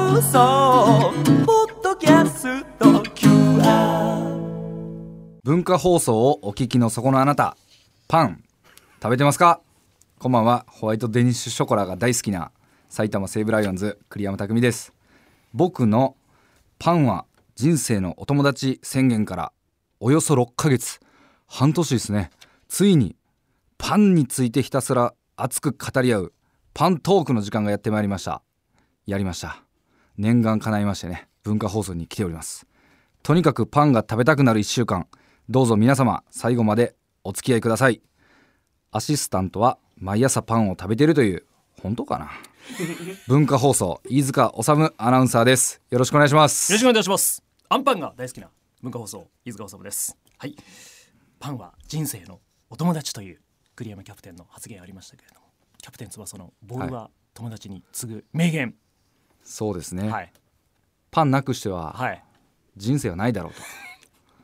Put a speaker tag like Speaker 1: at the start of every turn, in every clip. Speaker 1: 送ポッドキャスト QR
Speaker 2: 文化放送をお聞きのそこのあなたパン食べてますかこんばんはホワイトデニッシュショコラが大好きな埼玉西武ライオンズ栗山匠です僕のパンは人生のお友達宣言からおよそ6ヶ月半年ですねついにパンについてひたすら熱く語り合うパントークの時間がやってまいりましたやりました念願叶いましてね文化放送に来ておりますとにかくパンが食べたくなる1週間どうぞ皆様最後までお付き合いくださいアシスタントは毎朝パンを食べてるという本 当かな文化放送飯塚治アナウンサーですよろしくお願いします
Speaker 3: よろしくお願いします。アンパンが大好きな文化放送飯塚治です。はい。パンは人生のお友達という栗山キャプテンの発言ありましたけれども、キャプテン翼のボールは友達に次ぐ名言。
Speaker 2: そうですね、
Speaker 3: はい。
Speaker 2: パンなくしては
Speaker 3: はい。
Speaker 2: 人生はないだろうと、
Speaker 3: こ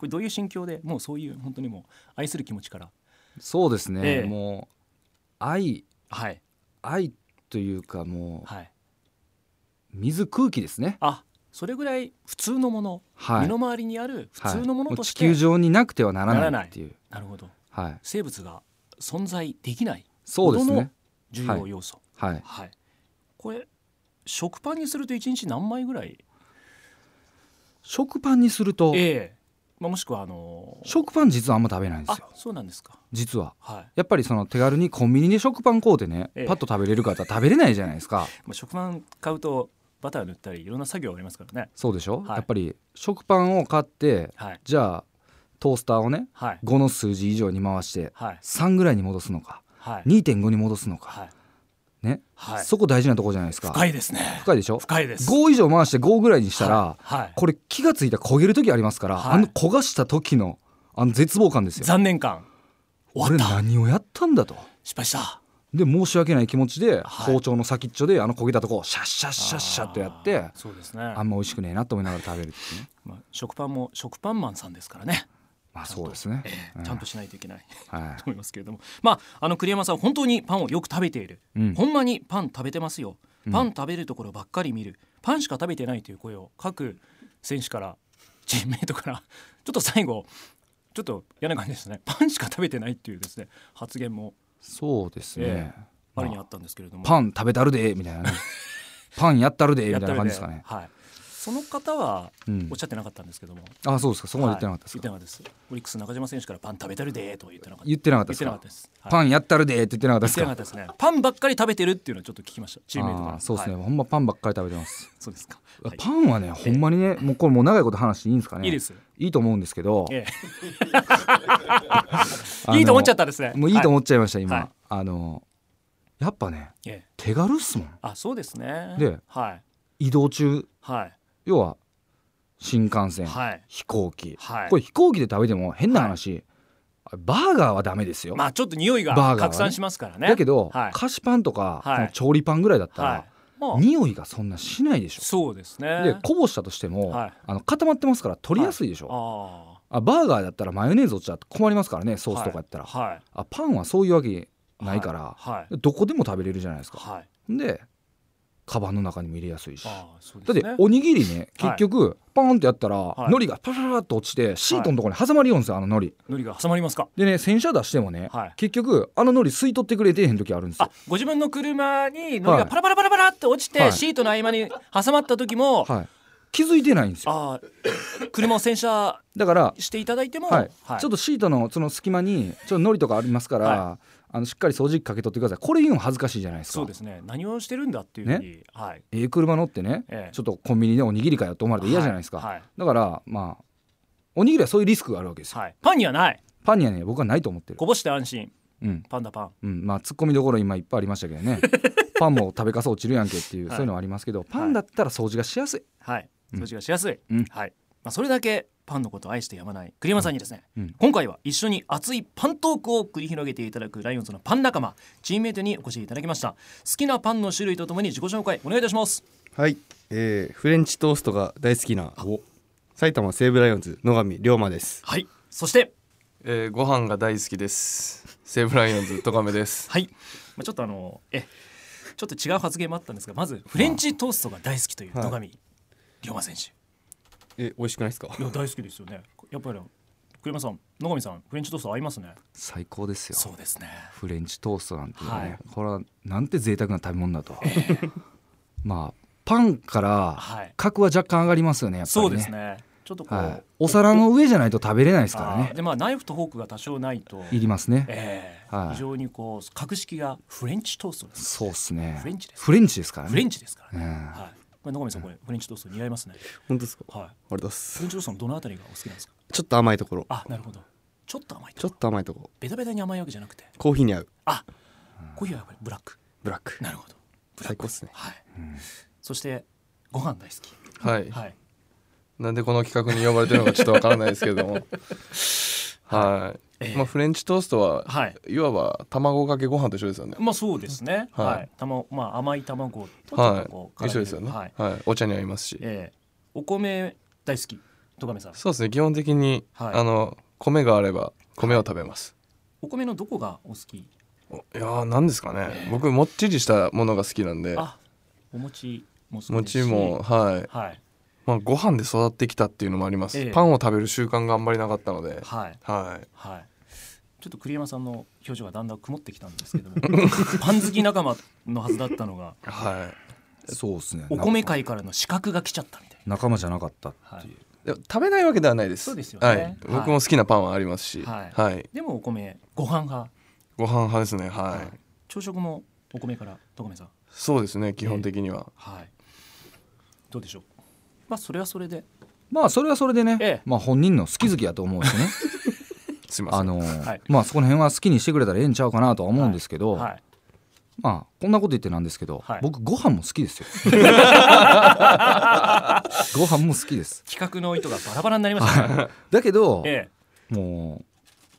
Speaker 3: れどういう心境で、もうそういう本当にもう愛する気持ちから。
Speaker 2: そうですね、
Speaker 3: ええ
Speaker 2: もう愛
Speaker 3: はい。
Speaker 2: 愛というかもう
Speaker 3: はい。
Speaker 2: 水空気ですね
Speaker 3: あ、それぐらい普通のもの、
Speaker 2: はい
Speaker 3: 身の回りにある普通のものとして、
Speaker 2: はいもう地球上になくてはな
Speaker 3: な
Speaker 2: ら
Speaker 3: ら
Speaker 2: な
Speaker 3: ないい
Speaker 2: っていう
Speaker 3: なるほど。
Speaker 2: はい
Speaker 3: 生物が存在できない
Speaker 2: そうですね
Speaker 3: 重要要素。
Speaker 2: はい
Speaker 3: はい、これ食パンにすると一日何枚ぐらい
Speaker 2: 食パンにすると
Speaker 3: ええまあ、もしくはあのー
Speaker 2: 食パン実はあんま食べないんです
Speaker 3: あ
Speaker 2: よ
Speaker 3: そうなんですか
Speaker 2: 実は
Speaker 3: はい、
Speaker 2: やっぱりその手軽にコンビニで食パン買うてね、
Speaker 3: ええ
Speaker 2: パッと食べれる方は食べれないじゃないですか
Speaker 3: まあ、食パン買うとバター塗ったりいろんな作業ありますからね
Speaker 2: そうでしょ、
Speaker 3: はい
Speaker 2: やっぱり食パンを買って
Speaker 3: はい
Speaker 2: じゃあトースターをね
Speaker 3: はい
Speaker 2: 5の数字以上に回して
Speaker 3: はい
Speaker 2: 3ぐらいに戻すのか
Speaker 3: はい
Speaker 2: 2.5に戻すのか
Speaker 3: はい
Speaker 2: ね、
Speaker 3: はい
Speaker 2: そこ大事なとこじゃないですか
Speaker 3: 深いですね
Speaker 2: 深いでしょ
Speaker 3: 深いです
Speaker 2: 5以上回して5ぐらいにしたら、
Speaker 3: はいはい
Speaker 2: これ気がついたら焦げる時ありますから、
Speaker 3: はい
Speaker 2: あの焦がした時のあの絶望感ですよ
Speaker 3: 残念感終わ
Speaker 2: 俺
Speaker 3: った
Speaker 2: 何をやったんだと
Speaker 3: 失敗した
Speaker 2: で申し訳ない気持ちで
Speaker 3: はい
Speaker 2: 包丁の先っちょであの焦げたとこをシャッシャッシャッシャッとやって、
Speaker 3: あーそうですね
Speaker 2: あんま美味しくねえなと思いながら食べるっていうね。
Speaker 3: まあ、食パンも食パンマンさんですからね
Speaker 2: まあそうですね
Speaker 3: え。え
Speaker 2: うん
Speaker 3: ちゃんとしないといけない
Speaker 2: は
Speaker 3: と思いますけれども、まあ、あの栗山さん本当にパンをよく食べている、
Speaker 2: うん
Speaker 3: ほんまにパン食べてますよパン食べるところばっかり見る、パンしか食べてないという声を各選手からチームメイトからちょっと最後ちょっと嫌な感じですねパンしか食べてないっていうですね発言も
Speaker 2: そうですね
Speaker 3: え。あるにあったんですけれども、
Speaker 2: パン食べたるでみたい なね。パンやったるでみ
Speaker 3: や
Speaker 2: た
Speaker 3: っ
Speaker 2: い
Speaker 3: た
Speaker 2: な感
Speaker 3: 上
Speaker 2: じ
Speaker 3: で
Speaker 2: ですかね。
Speaker 3: はい、その方は
Speaker 2: うん
Speaker 3: おっしゃってなかったんですけども、
Speaker 2: あそうですか。そこまで言ってなかったです
Speaker 3: はい言っ
Speaker 2: か
Speaker 3: て。なかったですオリックス中島選手からパン食べたるでーとは言ってなかった
Speaker 2: 言ってなかった
Speaker 3: 言
Speaker 2: で
Speaker 3: っ
Speaker 2: す
Speaker 3: てなか
Speaker 2: か
Speaker 3: った。です、はい
Speaker 2: パンやったるでって言ってなか
Speaker 3: 言
Speaker 2: ったで
Speaker 3: っ
Speaker 2: す
Speaker 3: てなかっ
Speaker 2: か。
Speaker 3: たですねパンばっかり食べてるっていうのはちょっと聞きましたチームメイトか
Speaker 2: あ
Speaker 3: ら
Speaker 2: ーそうですね。
Speaker 3: はい
Speaker 2: ほんまパンばっかり食べてます。
Speaker 3: そうですか、はい
Speaker 2: パンはねほんまにねもうこれもう長いこと話していいんですかね。
Speaker 3: いいです。
Speaker 2: いいと思うんですけど。
Speaker 3: え
Speaker 2: あ
Speaker 3: え、
Speaker 2: の
Speaker 3: いいと思っちゃったですね
Speaker 2: もういいと思っちゃいました
Speaker 3: はい
Speaker 2: 今。あのやっぱね
Speaker 3: はいええ
Speaker 2: 手軽っすもん。
Speaker 3: あそうですね
Speaker 2: で
Speaker 3: はい
Speaker 2: 移動中
Speaker 3: はい
Speaker 2: 要は新幹線、
Speaker 3: はい
Speaker 2: 飛行機、
Speaker 3: はい
Speaker 2: これ飛行機で食べても変な話、バーガーはダメですよ、
Speaker 3: まあちょっと匂いが
Speaker 2: バーガーはね
Speaker 3: 拡散しますからね
Speaker 2: だけど、
Speaker 3: はい、
Speaker 2: 菓子パンとか、
Speaker 3: はい
Speaker 2: この調理パンぐらいだったら、
Speaker 3: はい、もう
Speaker 2: 匂いがそんなしないでしょ
Speaker 3: そうですね
Speaker 2: でこぼしたとしても、
Speaker 3: はい
Speaker 2: あの固まってますから取りやすいでしょ、
Speaker 3: あ
Speaker 2: あバーガーだったらマヨネーズ落ちたら困りますからねソースとかやったら、
Speaker 3: はいはい
Speaker 2: あパンはそういうわけないから、
Speaker 3: はい
Speaker 2: どこでも食べれるじゃないですか
Speaker 3: はい
Speaker 2: でカバンの中にも入れやすいし
Speaker 3: ああそうです
Speaker 2: だっ
Speaker 3: ね
Speaker 2: ておにぎりね
Speaker 3: はい
Speaker 2: 結局パーンってやったら、
Speaker 3: い
Speaker 2: 海苔がパラパラっと落ちてシートのところに挟まりよんですよあの海苔
Speaker 3: 海苔が挟まりますか
Speaker 2: でね洗車出してもね、
Speaker 3: はい
Speaker 2: 結局あの海苔吸い取ってくれてへん時あるんです
Speaker 3: あ
Speaker 2: よ
Speaker 3: ご自分の車に海苔
Speaker 2: は
Speaker 3: が
Speaker 2: い
Speaker 3: パラパラパラパラって落ちて、
Speaker 2: はい
Speaker 3: シートの合間に挟まった時も、
Speaker 2: はい気づいてないんですよ
Speaker 3: ああ車を洗車
Speaker 2: だから
Speaker 3: していただいても、
Speaker 2: はい、
Speaker 3: はい
Speaker 2: ちょっとシートのその隙間にちょっと海苔とかありますから、
Speaker 3: は
Speaker 2: あのしっかり掃除機かけとってくださいこれ言うの恥ずかしいじゃないですか
Speaker 3: そうですね何をしてるんだっていうふうに、はい
Speaker 2: ええ車乗ってね、
Speaker 3: ええ
Speaker 2: ちょっとコンビニでおにぎりかよって思われて嫌じゃないですか、
Speaker 3: はいはい
Speaker 2: だからまあおにぎりはそういうリスクがあるわけですよ、
Speaker 3: はい、パンにはない
Speaker 2: パンにはね僕はないと思ってる
Speaker 3: こぼして安心
Speaker 2: うん
Speaker 3: パンダパン
Speaker 2: うん、まあツッコミどころ今いっぱいありましたけ どねパンも食べかす落ちるやんけっていう、
Speaker 3: はい
Speaker 2: そういうのはありますけどパンだったら掃除がしやすい、
Speaker 3: はい
Speaker 2: うん
Speaker 3: 掃除がしやすい、
Speaker 2: うん
Speaker 3: はいまあ、それだけパンのことを愛してやまない栗山さんにですね、
Speaker 2: うん
Speaker 3: 今回は一緒に熱いパントークを繰り広げていただくライオンズのパン仲間チームメイトにお越しいただきました好きなパンの種類とともに自己紹介お願いいたします
Speaker 4: はい、えーフレンチトーストが大好きな埼玉西武ライオンズ野上龍馬です。
Speaker 3: はいそして
Speaker 5: えー、ご飯が大好きです。西武ライオンズトカメです。
Speaker 3: はい、まあ、ちょっとあのえちょっと違う発言もあったんですがまずフレンチトーストが大好きという
Speaker 4: はい
Speaker 3: 野上龍馬選手
Speaker 4: え美味しくないですか
Speaker 3: いや大好きですよねやっぱり栗山さん野上さんフレンチトースト合いますね
Speaker 2: 最高ですよ
Speaker 3: そうですね
Speaker 2: フレンチトーストなんてね、
Speaker 3: はい
Speaker 2: これはなんて贅沢な食べ物だと、 まあパンから
Speaker 3: はい
Speaker 2: 格は若干上がりますよねやっぱりね
Speaker 3: そうですねちょっとこう、
Speaker 2: はい、お皿の上じゃないと食べれないですから
Speaker 3: あー
Speaker 2: ね
Speaker 3: でまあナイフとフォークが多少ないと
Speaker 2: いりますね、
Speaker 3: ええ
Speaker 2: はい
Speaker 3: 非常にこう格式がフレンチトーストです
Speaker 2: そうっすね
Speaker 3: フレンチです
Speaker 2: フレンチですからね
Speaker 3: フレンチですからね、
Speaker 2: うん
Speaker 3: はいこれ野上さんこれフレンチトースト似合いますね
Speaker 4: 本当ですか
Speaker 3: はい
Speaker 4: あれだっ
Speaker 3: フ
Speaker 4: す
Speaker 3: レンチトーストのどのあたりがお好きなんですか
Speaker 4: ちょっと甘いところ
Speaker 3: あなるほどちょっと甘い
Speaker 4: ちょ
Speaker 3: と
Speaker 4: っと甘いところ
Speaker 3: ベタベタに甘いわけじゃなくて
Speaker 4: コーヒーに合う
Speaker 3: あコーヒーはやっぱりブラック
Speaker 4: ブラック
Speaker 3: なるほどブラッ
Speaker 4: 最
Speaker 3: ク
Speaker 4: 高っすね
Speaker 3: はい、そしてご飯大好き
Speaker 5: はい、
Speaker 3: はい
Speaker 5: なんでこの企画に呼ばれてるのかちょっとわからないですけれどもはい、
Speaker 3: ええ
Speaker 5: まあ、フレンチトーストは、
Speaker 3: はい
Speaker 5: いわば卵かけご飯と一緒ですよね
Speaker 3: まあそうですね
Speaker 5: はい
Speaker 3: はい、たままあ甘い卵とちょっとこ
Speaker 5: は
Speaker 3: う絡める
Speaker 5: い一緒ですよね、
Speaker 3: はい
Speaker 5: はい、お茶に合いますし
Speaker 3: ええお米大好き戸上さん
Speaker 5: そうですね基本的に、
Speaker 3: はい
Speaker 5: あの米があれば米を食べます、
Speaker 3: お米のどこがお好き
Speaker 5: おい、やー何ですかね僕もっちりしたものが好きなんで
Speaker 3: あお餅も好きですし
Speaker 5: 餅もはい、
Speaker 3: はい
Speaker 5: まあ、ご飯で育ってきたっていうのもあります、
Speaker 3: ええ
Speaker 5: パンを食べる習慣があんまりなかったので
Speaker 3: はい
Speaker 5: はい
Speaker 3: はいちょっと栗山さんの表情がだんだん曇ってきたんです けどもパン好き仲間のはずだったのが
Speaker 5: は
Speaker 2: そうですね
Speaker 3: お米界からの資格が来ちゃったみたい
Speaker 2: 仲間じゃなかったっていう、
Speaker 5: いでも食べないわけではないです
Speaker 3: そうですよね
Speaker 5: はい
Speaker 3: はい
Speaker 5: 僕も好きなパンはありますし、
Speaker 3: はい
Speaker 5: はい、
Speaker 3: でもお米ご飯派
Speaker 5: ご飯派ですねはい、
Speaker 3: 朝食もお米から徳目さん
Speaker 5: そうですね基本的には、
Speaker 3: はいどうでしょうまあそれはそれで
Speaker 2: まあそれはそれでね、
Speaker 3: ええ
Speaker 2: まあ本人の好き好きだと思 うしね
Speaker 5: すいません
Speaker 2: あの、
Speaker 3: はい
Speaker 2: まあそこの辺は好きにしてくれたらええんちゃうかなとは思うんですけど、
Speaker 3: はい
Speaker 2: まあこんなこと言ってなんですけど、
Speaker 3: はい
Speaker 2: 僕ご飯も好 きですよご飯も好きです
Speaker 3: 企画の意図がバラバラになりました ね
Speaker 2: だけど、
Speaker 3: ええ
Speaker 2: もう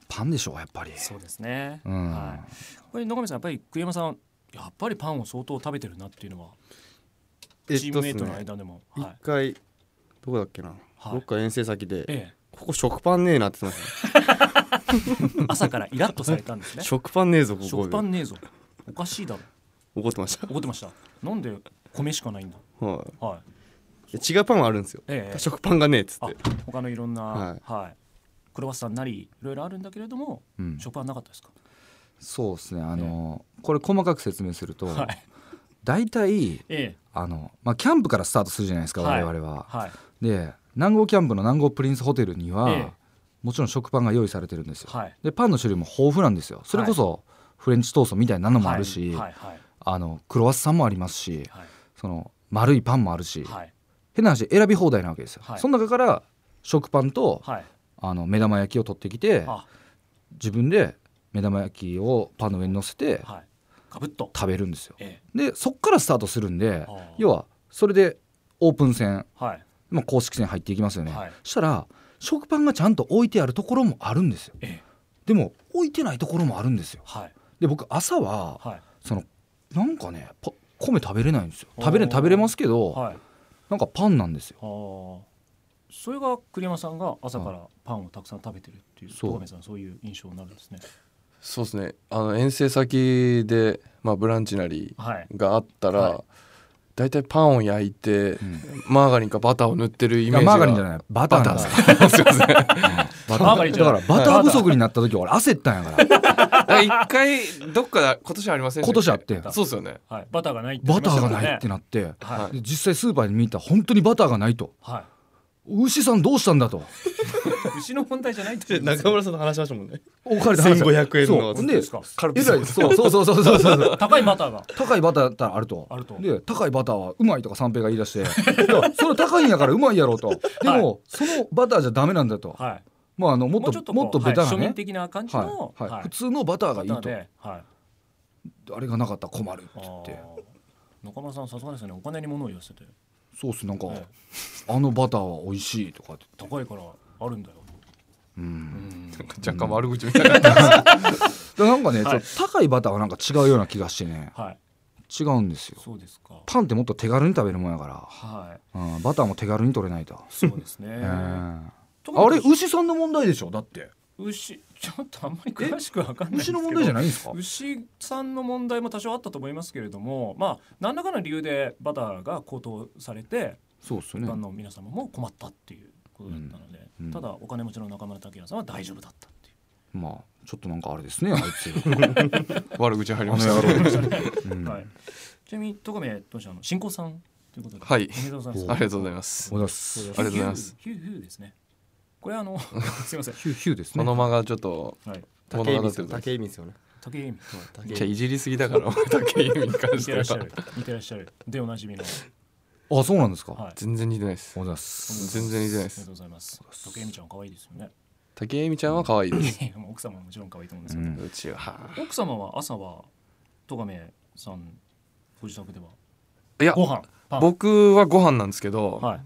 Speaker 2: パンでしょうやっぱり
Speaker 3: そうですね、
Speaker 2: うん
Speaker 3: はい、これ野上さんやっぱり栗山さんやっぱりパンを相当食べてるなっていうのは
Speaker 4: え
Speaker 3: チ
Speaker 4: っ
Speaker 3: ー
Speaker 4: と
Speaker 3: ム
Speaker 4: っ
Speaker 3: メイ
Speaker 4: す
Speaker 3: トの
Speaker 4: ね
Speaker 3: 間でも、
Speaker 4: 一
Speaker 3: はい
Speaker 4: 回どこだっけな
Speaker 3: はい
Speaker 4: どっか遠征先で
Speaker 3: え
Speaker 4: ここ食パンねえなって言ってましたね
Speaker 3: え、朝からイラッとされたん ですね
Speaker 4: 食パンねえぞここ
Speaker 3: 食パ
Speaker 4: で
Speaker 3: ンねえぞおかしいだろ
Speaker 4: 怒ってました
Speaker 3: 怒ってましたなんで米しかないんだ
Speaker 4: は
Speaker 3: はい
Speaker 4: い違うパンはあるんですよ
Speaker 3: ええ
Speaker 4: 食パンがねえっつっ
Speaker 3: あ
Speaker 4: て
Speaker 3: 他のいろんな、は
Speaker 4: はい
Speaker 3: いクロワッサンなりいろいろあるんだけれども、
Speaker 2: うん
Speaker 3: 食パンなかったですか
Speaker 2: そうですねあの、これ細かく説明すると、
Speaker 3: はい
Speaker 2: 大体
Speaker 3: え
Speaker 2: あの、まあ、キャンプからスタートするじゃないです
Speaker 3: え
Speaker 2: か我々は、
Speaker 3: はい
Speaker 2: で南郷キャンプの南郷プリンスホテルには、
Speaker 3: ええ
Speaker 2: もちろん食パンが用意されてるんですよ、
Speaker 3: はい
Speaker 2: でパンの種類も豊富なんですよそれこそフレンチトーストみたいなのもあるし、
Speaker 3: はいはい
Speaker 2: あのクロワッサンもありますし
Speaker 3: はい
Speaker 2: その丸いパンもあるし、
Speaker 3: はい
Speaker 2: 変な話選び放題なわけですよ、
Speaker 3: はい
Speaker 2: その中から食パンと、
Speaker 3: はい
Speaker 2: あの目玉焼きを取ってきて
Speaker 3: あ
Speaker 2: 自分で目玉焼きをパンの上に乗せて
Speaker 3: はいかぶっと
Speaker 2: 食べるんですよ
Speaker 3: え
Speaker 2: でそっからスタートするんで
Speaker 3: あー
Speaker 2: 要はそれでオープン戦、
Speaker 3: えはい
Speaker 2: まあ、公式戦入っていきますよね、
Speaker 3: はい
Speaker 2: そしたら食パンがちゃんと置いてあるところもあるんですよ
Speaker 3: ええ
Speaker 2: でも置いてないところもあるんですよ
Speaker 3: はい
Speaker 2: で僕朝は
Speaker 3: はい
Speaker 2: そのなんかねパ米食べれないんですよ
Speaker 3: おー
Speaker 2: 食べれ食べれますけど、
Speaker 3: はい
Speaker 2: なんかパンなんですよ
Speaker 3: あーそれが栗山さんが朝からパンをたくさん食べてるっていう
Speaker 2: そう
Speaker 3: 戸上さんそういう印象になるんですね
Speaker 5: そうですねあの遠征先で、まあ、ブランチなり
Speaker 3: はい
Speaker 5: があったら、
Speaker 3: はい
Speaker 5: 大体パンを焼いて、
Speaker 2: ん
Speaker 5: マーガリンかバターを塗ってるイ
Speaker 2: い
Speaker 5: メ
Speaker 2: や
Speaker 5: ージが
Speaker 2: マーガリンじゃないバターなんですよバタ
Speaker 3: マーガリン
Speaker 2: ー
Speaker 3: じ
Speaker 2: だ
Speaker 3: ゃ
Speaker 2: か
Speaker 3: な
Speaker 2: ら
Speaker 3: い
Speaker 2: バター不足になった時俺焦ったんやから
Speaker 5: だから一回どっかで今年ありませんでした
Speaker 2: 今年あって
Speaker 5: けそうですよね
Speaker 3: はいバターがないって言い
Speaker 2: バ
Speaker 3: ま
Speaker 2: タ
Speaker 3: したも
Speaker 2: ーが
Speaker 3: んね
Speaker 2: ないってなって
Speaker 3: は
Speaker 2: で実際スーパーに見たら本当にバターがないと
Speaker 3: は
Speaker 2: 牛さんどうしたんだと
Speaker 3: い 牛の問題じゃないってことです
Speaker 4: 中村さんと話しましたもんね
Speaker 2: お金で話した
Speaker 4: 1500円の
Speaker 2: そう
Speaker 3: で
Speaker 2: です
Speaker 3: か
Speaker 5: カルピ
Speaker 2: え
Speaker 5: ス
Speaker 2: らいそうそうそうそうそう そう
Speaker 3: 高いバターが
Speaker 2: 高いバターだったらあると
Speaker 3: あると
Speaker 2: で高いバターはうまいとか三平が言い出していやそれ高いんやからうまいやろとでも、そのバターじゃダメなんだと、
Speaker 3: はい
Speaker 2: まああのもっ
Speaker 3: もう
Speaker 2: と
Speaker 3: ちょっとこう
Speaker 2: もっとベタな
Speaker 3: はい庶民
Speaker 2: ね、
Speaker 3: 的な感じ
Speaker 2: はい
Speaker 3: の
Speaker 2: はい
Speaker 3: はい
Speaker 2: 普通のバターがいい
Speaker 3: バタ
Speaker 2: と
Speaker 3: ーではい
Speaker 2: あれがなかったら困るっ
Speaker 3: あ
Speaker 2: つって
Speaker 3: ー中村さんさすがですよねお金に物を言わせて
Speaker 2: そうっすなんか、
Speaker 3: え
Speaker 2: あのバターは美味しいとかって
Speaker 3: 高いからあるんだよ
Speaker 5: 若干悪口みたいな、
Speaker 2: でなんかね、
Speaker 3: はい
Speaker 2: ちょっと高いバターはなんか違うような気がしてね
Speaker 3: はい
Speaker 2: 違うんですよ
Speaker 3: そうですか
Speaker 2: パンってもっと手軽に食べるもんやか
Speaker 3: はい
Speaker 2: ら、うん、バターも手軽に取れないと、
Speaker 3: そうです ね
Speaker 2: え
Speaker 3: あ
Speaker 2: ーあれ牛さんの問題でしょだって
Speaker 3: 牛ちょっとあんまり詳しくわかんないんです
Speaker 2: 牛
Speaker 3: けど
Speaker 2: の問題じゃないんですか
Speaker 3: 牛さんの問題も多少あったと思いますけれどもまあ何らかの理由でバターが高騰されて
Speaker 2: そうですよ
Speaker 3: 一般
Speaker 2: ね
Speaker 3: の皆様も困ったっていうことだったので、
Speaker 2: うんうん
Speaker 3: ただお金持ちの中村拓哉さんは大丈夫だったっていう
Speaker 2: まあちょっとなんかあれですねあいつ
Speaker 5: 悪口入りまし
Speaker 2: あの
Speaker 5: た
Speaker 2: 野郎
Speaker 5: ね。
Speaker 2: うん
Speaker 3: はい、ちなみに徳宮投手あの新婚さんということで、
Speaker 5: はい
Speaker 3: おめでとうございます。
Speaker 5: ありがとうございます
Speaker 2: お。だす
Speaker 5: ありがとうございます。
Speaker 3: ヒューヒューヒューですね。これあ のすみません。
Speaker 2: ヒューヒューです
Speaker 5: こ
Speaker 2: ね
Speaker 5: の間がちょっと、
Speaker 3: はい。
Speaker 5: 物
Speaker 4: 竹井
Speaker 5: 語
Speaker 4: 美
Speaker 5: って
Speaker 4: さ
Speaker 5: る
Speaker 4: ん竹井美さんね
Speaker 3: 竹井絵美
Speaker 5: じゃあいじりすぎだから、俺だけ意味に関
Speaker 3: 似
Speaker 5: して
Speaker 3: てらっしゃ
Speaker 5: は
Speaker 3: る。似てらっしゃる。でおなじみの。
Speaker 2: あそうなんですか、
Speaker 3: はい。あり
Speaker 5: 全然似てないです
Speaker 2: お。だす
Speaker 5: 全然似てないで
Speaker 3: がとう
Speaker 5: す。
Speaker 3: ございます。竹井絵美ちゃん可愛いですよね。
Speaker 5: 竹井美ちゃんは可愛いです。
Speaker 3: いやもう奥様ももちろん可愛いと思うんですけ
Speaker 2: う
Speaker 3: ど、
Speaker 2: ん
Speaker 5: うちは。
Speaker 3: 奥様は朝は戸亀さんご自宅ではい
Speaker 5: や、
Speaker 3: ご飯パン
Speaker 5: 僕はご飯なんですけど、
Speaker 3: はい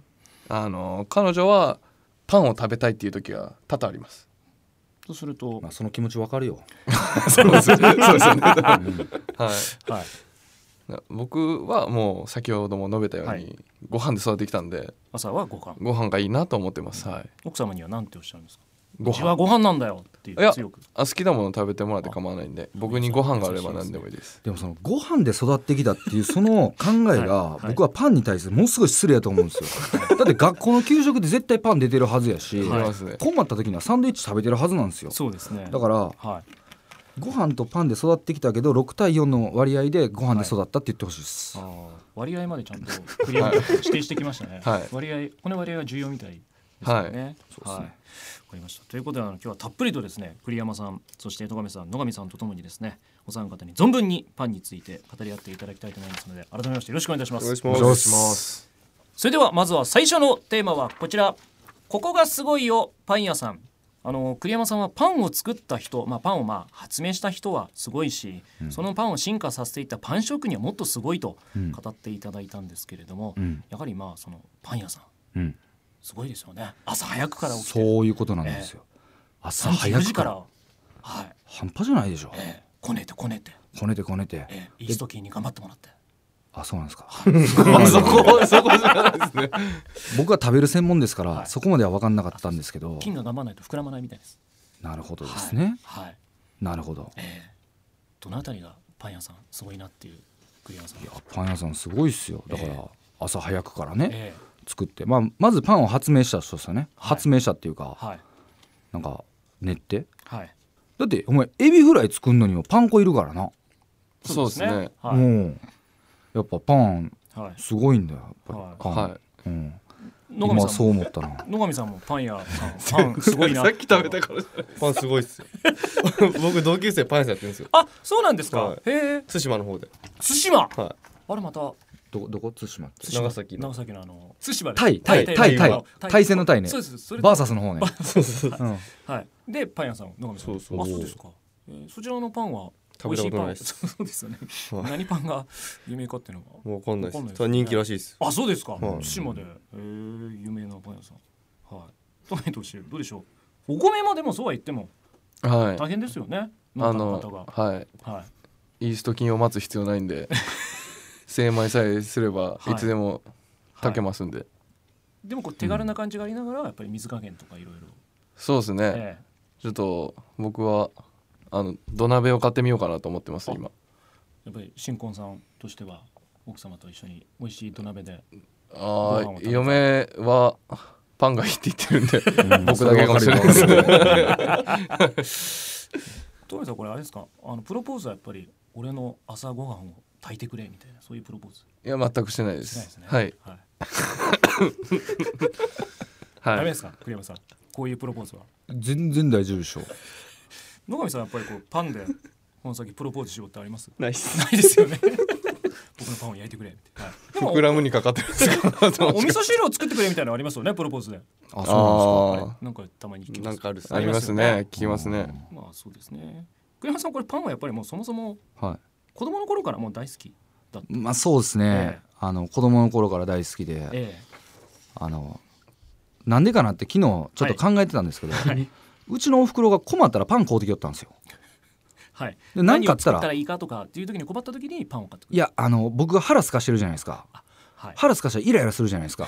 Speaker 5: あの彼女はパンを食べたいっていう時が多々あります。
Speaker 3: とすると、
Speaker 2: まあその気持ちわかるよ
Speaker 5: そうですよね。そうですよね。はい。
Speaker 3: はい
Speaker 5: な僕はもう先ほども述べたように、
Speaker 3: はい
Speaker 5: ご飯で育ってきたんで
Speaker 3: 朝はご飯
Speaker 5: ご飯がいいなと思ってますはい
Speaker 3: 奥様には何ておっしゃるんですか
Speaker 5: ご
Speaker 3: うちは
Speaker 5: 飯
Speaker 3: ご飯なんだよってい
Speaker 5: いうや
Speaker 3: 強く
Speaker 5: あ好きなもの食べてもらって構わないんで僕にご飯があれば何でもいいです
Speaker 2: でもそのご飯で育ってきたっていうその考えが
Speaker 3: はい
Speaker 2: 僕はパンに対してものすごい失礼だと思うんですよだって学校の給食で絶対パン出てるはずやし
Speaker 5: いますね
Speaker 2: 困った時にはサンドイッチ食べてるはずなんですよ
Speaker 3: そうですね
Speaker 2: だから
Speaker 3: はい
Speaker 2: ご飯とパンで育ってきたけど6対4の割合でご飯で育ったって言ってほしいです、
Speaker 3: 割合までちゃんとクリアに指定してきましたね。
Speaker 5: はい
Speaker 3: 割合この割合は重要みたいですよね。はい。わ、かりました。ということであの今日はたっぷりとですね栗山さんそして戸上さん野上さんとともにですねお三方に存分にパンについて語り合っていただきたいと思いますので改めましてよろしくお願いいたしま
Speaker 4: お願
Speaker 3: す
Speaker 4: い。しま
Speaker 2: お願い
Speaker 4: す
Speaker 2: します
Speaker 3: それではまずは最初のテーマはこちらここがすごいよパン屋さんあの栗山さんはパンを作った人、まあ、パンをまあ発明した人はすごいし、そのパンを進化させていったパン職人はもっとすごいと
Speaker 2: うん
Speaker 3: 語っていただいたんですけれども、
Speaker 2: うん
Speaker 3: やはりまあそのパン屋さん
Speaker 2: うん、
Speaker 3: すごいですよね朝早くから起きて
Speaker 2: そういうことなんですよ、朝
Speaker 3: 4
Speaker 2: 早
Speaker 3: 時
Speaker 2: く
Speaker 3: か
Speaker 2: から
Speaker 3: ら、はい
Speaker 2: 半端じゃないでしょ
Speaker 3: ええこねてこねて、
Speaker 2: こねてこねて
Speaker 3: ええ、イーストキーに頑張ってもらって
Speaker 2: あそうなんですか
Speaker 5: そこそこじゃないですね
Speaker 2: 僕は食べる専門ですから、
Speaker 3: はい
Speaker 2: そこまでは分かんなかったんですけど
Speaker 3: 金が頑張らないと膨らまないみたいです。
Speaker 2: なるほどですね、
Speaker 3: はいはい
Speaker 2: なるほど
Speaker 3: ええどのあたりがパン屋さんすごいなっていう栗山さん
Speaker 2: いやパン屋さんすごいっすよだから
Speaker 3: ええ
Speaker 2: 朝早くからね、
Speaker 3: ええ
Speaker 2: 作って、まあ、まずパンを発明した人ですよね、
Speaker 3: はい
Speaker 2: 発明したっていうか、
Speaker 3: はい
Speaker 2: なんか練って
Speaker 3: はい
Speaker 2: だってお前エビフライ作るのにもパン粉いるからな、
Speaker 5: そうですね
Speaker 3: はい、
Speaker 2: もうやっぱパン
Speaker 3: はい、
Speaker 2: すごいんだよやっぱり
Speaker 3: はい
Speaker 2: パン、
Speaker 5: は
Speaker 2: うん、
Speaker 3: 野上
Speaker 2: 今
Speaker 3: さ
Speaker 2: そ
Speaker 3: ん
Speaker 2: う
Speaker 3: も
Speaker 2: 思ったな
Speaker 3: 野上さんもパン屋さんパンすごい
Speaker 5: い
Speaker 3: な
Speaker 5: さっき食べたからじゃない
Speaker 4: パンすごい っすよ僕同級生パン屋さんやってるんですよ
Speaker 3: あそうなんですか、
Speaker 4: はい
Speaker 3: へえ
Speaker 4: 対馬の方で
Speaker 3: 対馬
Speaker 4: は
Speaker 3: あれまた
Speaker 2: どこどこ対馬って
Speaker 4: い長崎の
Speaker 3: 長崎のあの対馬です
Speaker 2: タイタイ
Speaker 4: タイ
Speaker 2: タイタ
Speaker 4: タイ
Speaker 2: イ対戦のタイね
Speaker 3: そうですそれ
Speaker 2: バーサスの方ね、
Speaker 4: そうそうそう
Speaker 2: うん、
Speaker 3: はいでパン屋さん野上さん
Speaker 4: そうそう
Speaker 3: あそうですか、えー、そちらのパンは美
Speaker 4: 食べ
Speaker 3: 味
Speaker 4: た
Speaker 3: し
Speaker 4: こ
Speaker 3: いパン
Speaker 4: とない
Speaker 3: そ
Speaker 4: です
Speaker 3: うですよね
Speaker 4: はい
Speaker 3: 何パンが有名かっていうのが
Speaker 4: もうわかんない
Speaker 3: わかんない
Speaker 4: で
Speaker 3: です
Speaker 4: す人気らしいです
Speaker 3: あそうですか、対
Speaker 4: い
Speaker 3: 馬でへえ有名なパン屋さんはい富投手どうでしょうお米もでもそうは言っても
Speaker 5: はい
Speaker 3: 大変ですよね農家
Speaker 5: あ
Speaker 3: の方が
Speaker 5: のは
Speaker 3: はい
Speaker 5: いイースト菌を待つ必要ない んで精米さえすれば
Speaker 3: はい
Speaker 5: いつでも炊けますんで、
Speaker 3: でもこう手軽な感じがありながらやっぱり水加減とかいろいろ
Speaker 5: そうですね、
Speaker 3: ええ
Speaker 5: ちょっと僕はあの土鍋を買ってみようかなと思ってます今
Speaker 3: やっぱり新婚さんとしては奥様と一緒に美味しい土鍋で
Speaker 5: あ
Speaker 3: ご飯を食べ
Speaker 5: あ
Speaker 3: たい
Speaker 5: 嫁はパンがいいって言ってるんで、 僕だけかもしれないです
Speaker 2: それは分かるよ
Speaker 3: トミさんこれあれですかあのプロポーズはやっぱり俺の朝ごはんを炊いてくれみたいなそういうプロポーズ
Speaker 5: いや全くしてないで
Speaker 3: しないですすね
Speaker 5: はい
Speaker 3: はい、ダ
Speaker 5: は
Speaker 3: メ
Speaker 5: い
Speaker 3: ですか栗山さんこういうプロポーズは
Speaker 2: 全然大丈夫でしょ
Speaker 3: 野上さんやっぱりこうパ ンでこの先プロポーズしようってあります
Speaker 4: ないっす
Speaker 3: ないですよね 僕のパンを焼いてくれみたいな、はい、
Speaker 4: 膨
Speaker 3: で
Speaker 4: らむにかかってるんですか
Speaker 3: もお味噌汁を作ってくれみたいなのありますよねプロポーズで
Speaker 2: あそうなんですか
Speaker 5: あ
Speaker 3: なんかたまに聞きます
Speaker 4: なんかあるっす
Speaker 5: あありますね
Speaker 3: ありますよね
Speaker 5: 聞きますね
Speaker 3: まあそうですね栗山さんこれパンはやっぱりもうそもそも
Speaker 2: は
Speaker 3: 子供の頃からもう大好きだった
Speaker 2: いまあそうです
Speaker 3: え、
Speaker 2: ねあの子供の頃から大好きで、
Speaker 3: え
Speaker 2: あのなんでかなって昨日ちょっと考えてたんですけど、うちのお袋が困ったらパン買うてきよったんですよ
Speaker 3: えはい
Speaker 2: で何買
Speaker 3: を
Speaker 2: った
Speaker 3: 作
Speaker 2: ら
Speaker 3: ったらいいかとかっていう時に困った時にパンを買ってくる
Speaker 2: いやあの僕が腹すかしてるじゃないですか
Speaker 3: はい
Speaker 2: 腹すかしたらイライラするじゃないです か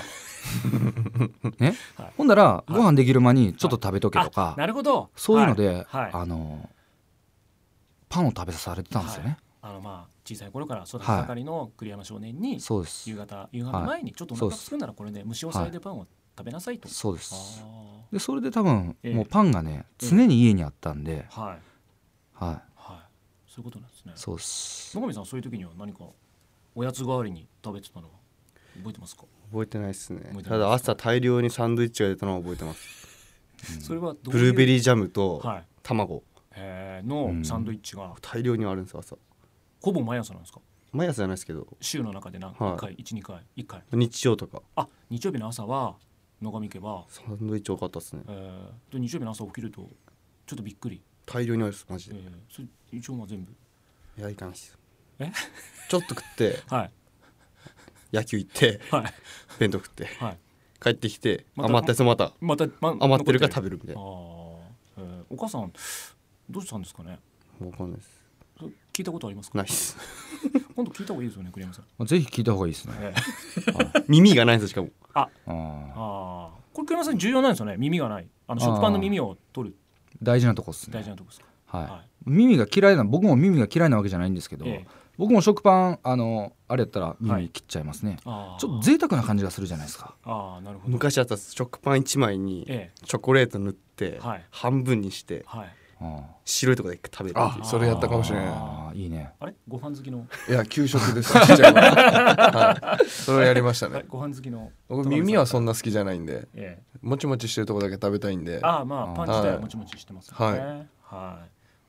Speaker 2: ね、
Speaker 3: はい
Speaker 2: ほんだらご飯できる間にちょっと食べとけとか、
Speaker 3: あなるほど
Speaker 2: そういうので、
Speaker 3: はいはい
Speaker 2: あのパンを食べさされてたんですよね、
Speaker 3: あのまあ小さい頃から育ったばかりの栗山少年に、
Speaker 2: そうです
Speaker 3: 夕方夕飯の前にちょっとお腹すくならこれで虫を塞いでパンを食べなさいと。
Speaker 2: そうです
Speaker 3: あ
Speaker 2: でそれで多分
Speaker 3: ええ
Speaker 2: もうパンがね
Speaker 3: ええ
Speaker 2: 常に家にあったんで、
Speaker 3: ーはい
Speaker 2: はい
Speaker 3: はいそういうことなんですね。
Speaker 2: そうです
Speaker 3: 野上さんそういう時には何かおやつ代わりに食べてたのは覚えてますか？
Speaker 4: 覚えてないですね
Speaker 3: 覚えてないですか
Speaker 4: ただ朝大量にサンドイッチが出たのは覚えてます
Speaker 3: それはどう
Speaker 4: ブルーベ
Speaker 3: ー
Speaker 4: リージャムと
Speaker 3: はい
Speaker 4: 卵
Speaker 3: えー
Speaker 2: う
Speaker 3: の
Speaker 2: ん
Speaker 3: サンドイッチが
Speaker 4: 大量にあるんです朝
Speaker 3: ほぼ毎朝なんですか？
Speaker 4: 毎朝じゃないですけど
Speaker 3: 週の中で何
Speaker 4: はい
Speaker 3: 回一二回一回
Speaker 4: 日曜とか
Speaker 3: あ日曜日の朝は野上家は、
Speaker 4: サンドイッチ多かったですね
Speaker 3: えー、と日曜日の朝起きるとちょっとびっくり、
Speaker 4: 大量にあるですマジ
Speaker 3: え
Speaker 4: で
Speaker 3: ー、それ一応まあ全部
Speaker 4: いやいかないです
Speaker 3: え
Speaker 4: ちょっと食って
Speaker 3: はい
Speaker 4: 野球行って
Speaker 3: はい
Speaker 4: 弁当食って
Speaker 3: はい
Speaker 4: 帰ってきて
Speaker 3: また
Speaker 4: 余ったやつまた
Speaker 3: また、ま、
Speaker 4: 余ってるから
Speaker 3: 残
Speaker 4: 食べるみたい
Speaker 3: あ
Speaker 4: な
Speaker 3: ー、えー、お母さんどうしたんですかね
Speaker 4: わかんないです
Speaker 3: それ聞いたことありますか
Speaker 4: ないです
Speaker 3: 今度聞いた方がいいですよね栗山さん、
Speaker 2: まあぜひ聞いた方がいいですね、
Speaker 3: えー、
Speaker 4: 耳がないんですしかも
Speaker 2: ああ
Speaker 3: あーこれ栗山さん重要なんですよね耳がないあの食パンの耳を取る
Speaker 2: 大事なとこっすね
Speaker 3: 大事なとこですか、
Speaker 2: はい、
Speaker 3: はい
Speaker 2: 耳が嫌いな僕も耳が嫌いなわけじゃないんですけど、
Speaker 3: ええ
Speaker 2: 僕も食パンあのあれやったら
Speaker 3: は
Speaker 2: 耳
Speaker 3: い
Speaker 2: 切っちゃいますね、
Speaker 3: あー
Speaker 2: ちょっと贅沢な感じがするじゃないですか
Speaker 3: あーなるほど
Speaker 4: 昔あったんです食パン1枚に
Speaker 3: ええ
Speaker 4: チョコレート塗って
Speaker 3: はい
Speaker 4: 半分にして
Speaker 3: はい
Speaker 2: あ
Speaker 4: 白いとこだけ食べるってい
Speaker 5: あ
Speaker 4: う
Speaker 5: それやったかもしれな
Speaker 2: あいいね
Speaker 3: あれご飯好きの
Speaker 5: いいや給食 ですちっちゃい頃はいそれをやりました
Speaker 3: あれ
Speaker 5: ね
Speaker 3: ご飯好きの
Speaker 5: 僕耳はそんな好きじゃないんで
Speaker 3: ええ
Speaker 5: もちもちしてるとこだけ食べたいんで
Speaker 3: ああまあ
Speaker 2: あー
Speaker 3: パン自体
Speaker 5: は
Speaker 3: はいもちもちしてますよ
Speaker 5: は
Speaker 3: ね。
Speaker 5: い
Speaker 3: はい。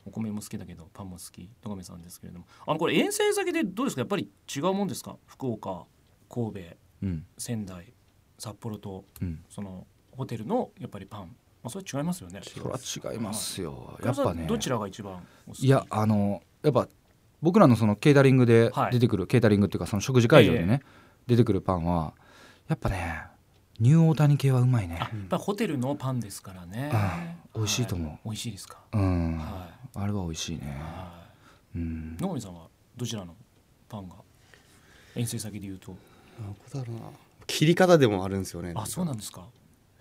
Speaker 3: お米も好きだけどパンも好き野上さんですけれどもあのこれ遠征先でどうですかやっぱり違うもんですか福岡神戸
Speaker 2: うん
Speaker 3: 仙台札幌と
Speaker 2: うん
Speaker 3: そのホテルのやっぱりパン、まあ、それ違いますよね
Speaker 2: それは違いますよ
Speaker 3: はい
Speaker 2: や
Speaker 3: 黒
Speaker 2: っぱ
Speaker 3: 沢さ
Speaker 2: ね
Speaker 3: んどちらが一番お好き
Speaker 2: いやあのやっぱ僕らのそのケータリングで
Speaker 3: はい
Speaker 2: 出てくる、ケータリングっていうかその食事会場で
Speaker 3: え
Speaker 2: ね、出てくるパンはやっぱねニューオータニ系はうまいね
Speaker 3: あやっぱりホテルのパンですからね、
Speaker 2: あー美味しいと思う
Speaker 3: は美味しいですか、
Speaker 2: うん、
Speaker 3: は
Speaker 2: あれは美味しいね
Speaker 3: いは
Speaker 2: うん
Speaker 3: い野上さんはどちらのパンが遠征先で言うと
Speaker 4: なんかだろうな切り方でもあるんですよね
Speaker 3: あそうなんですか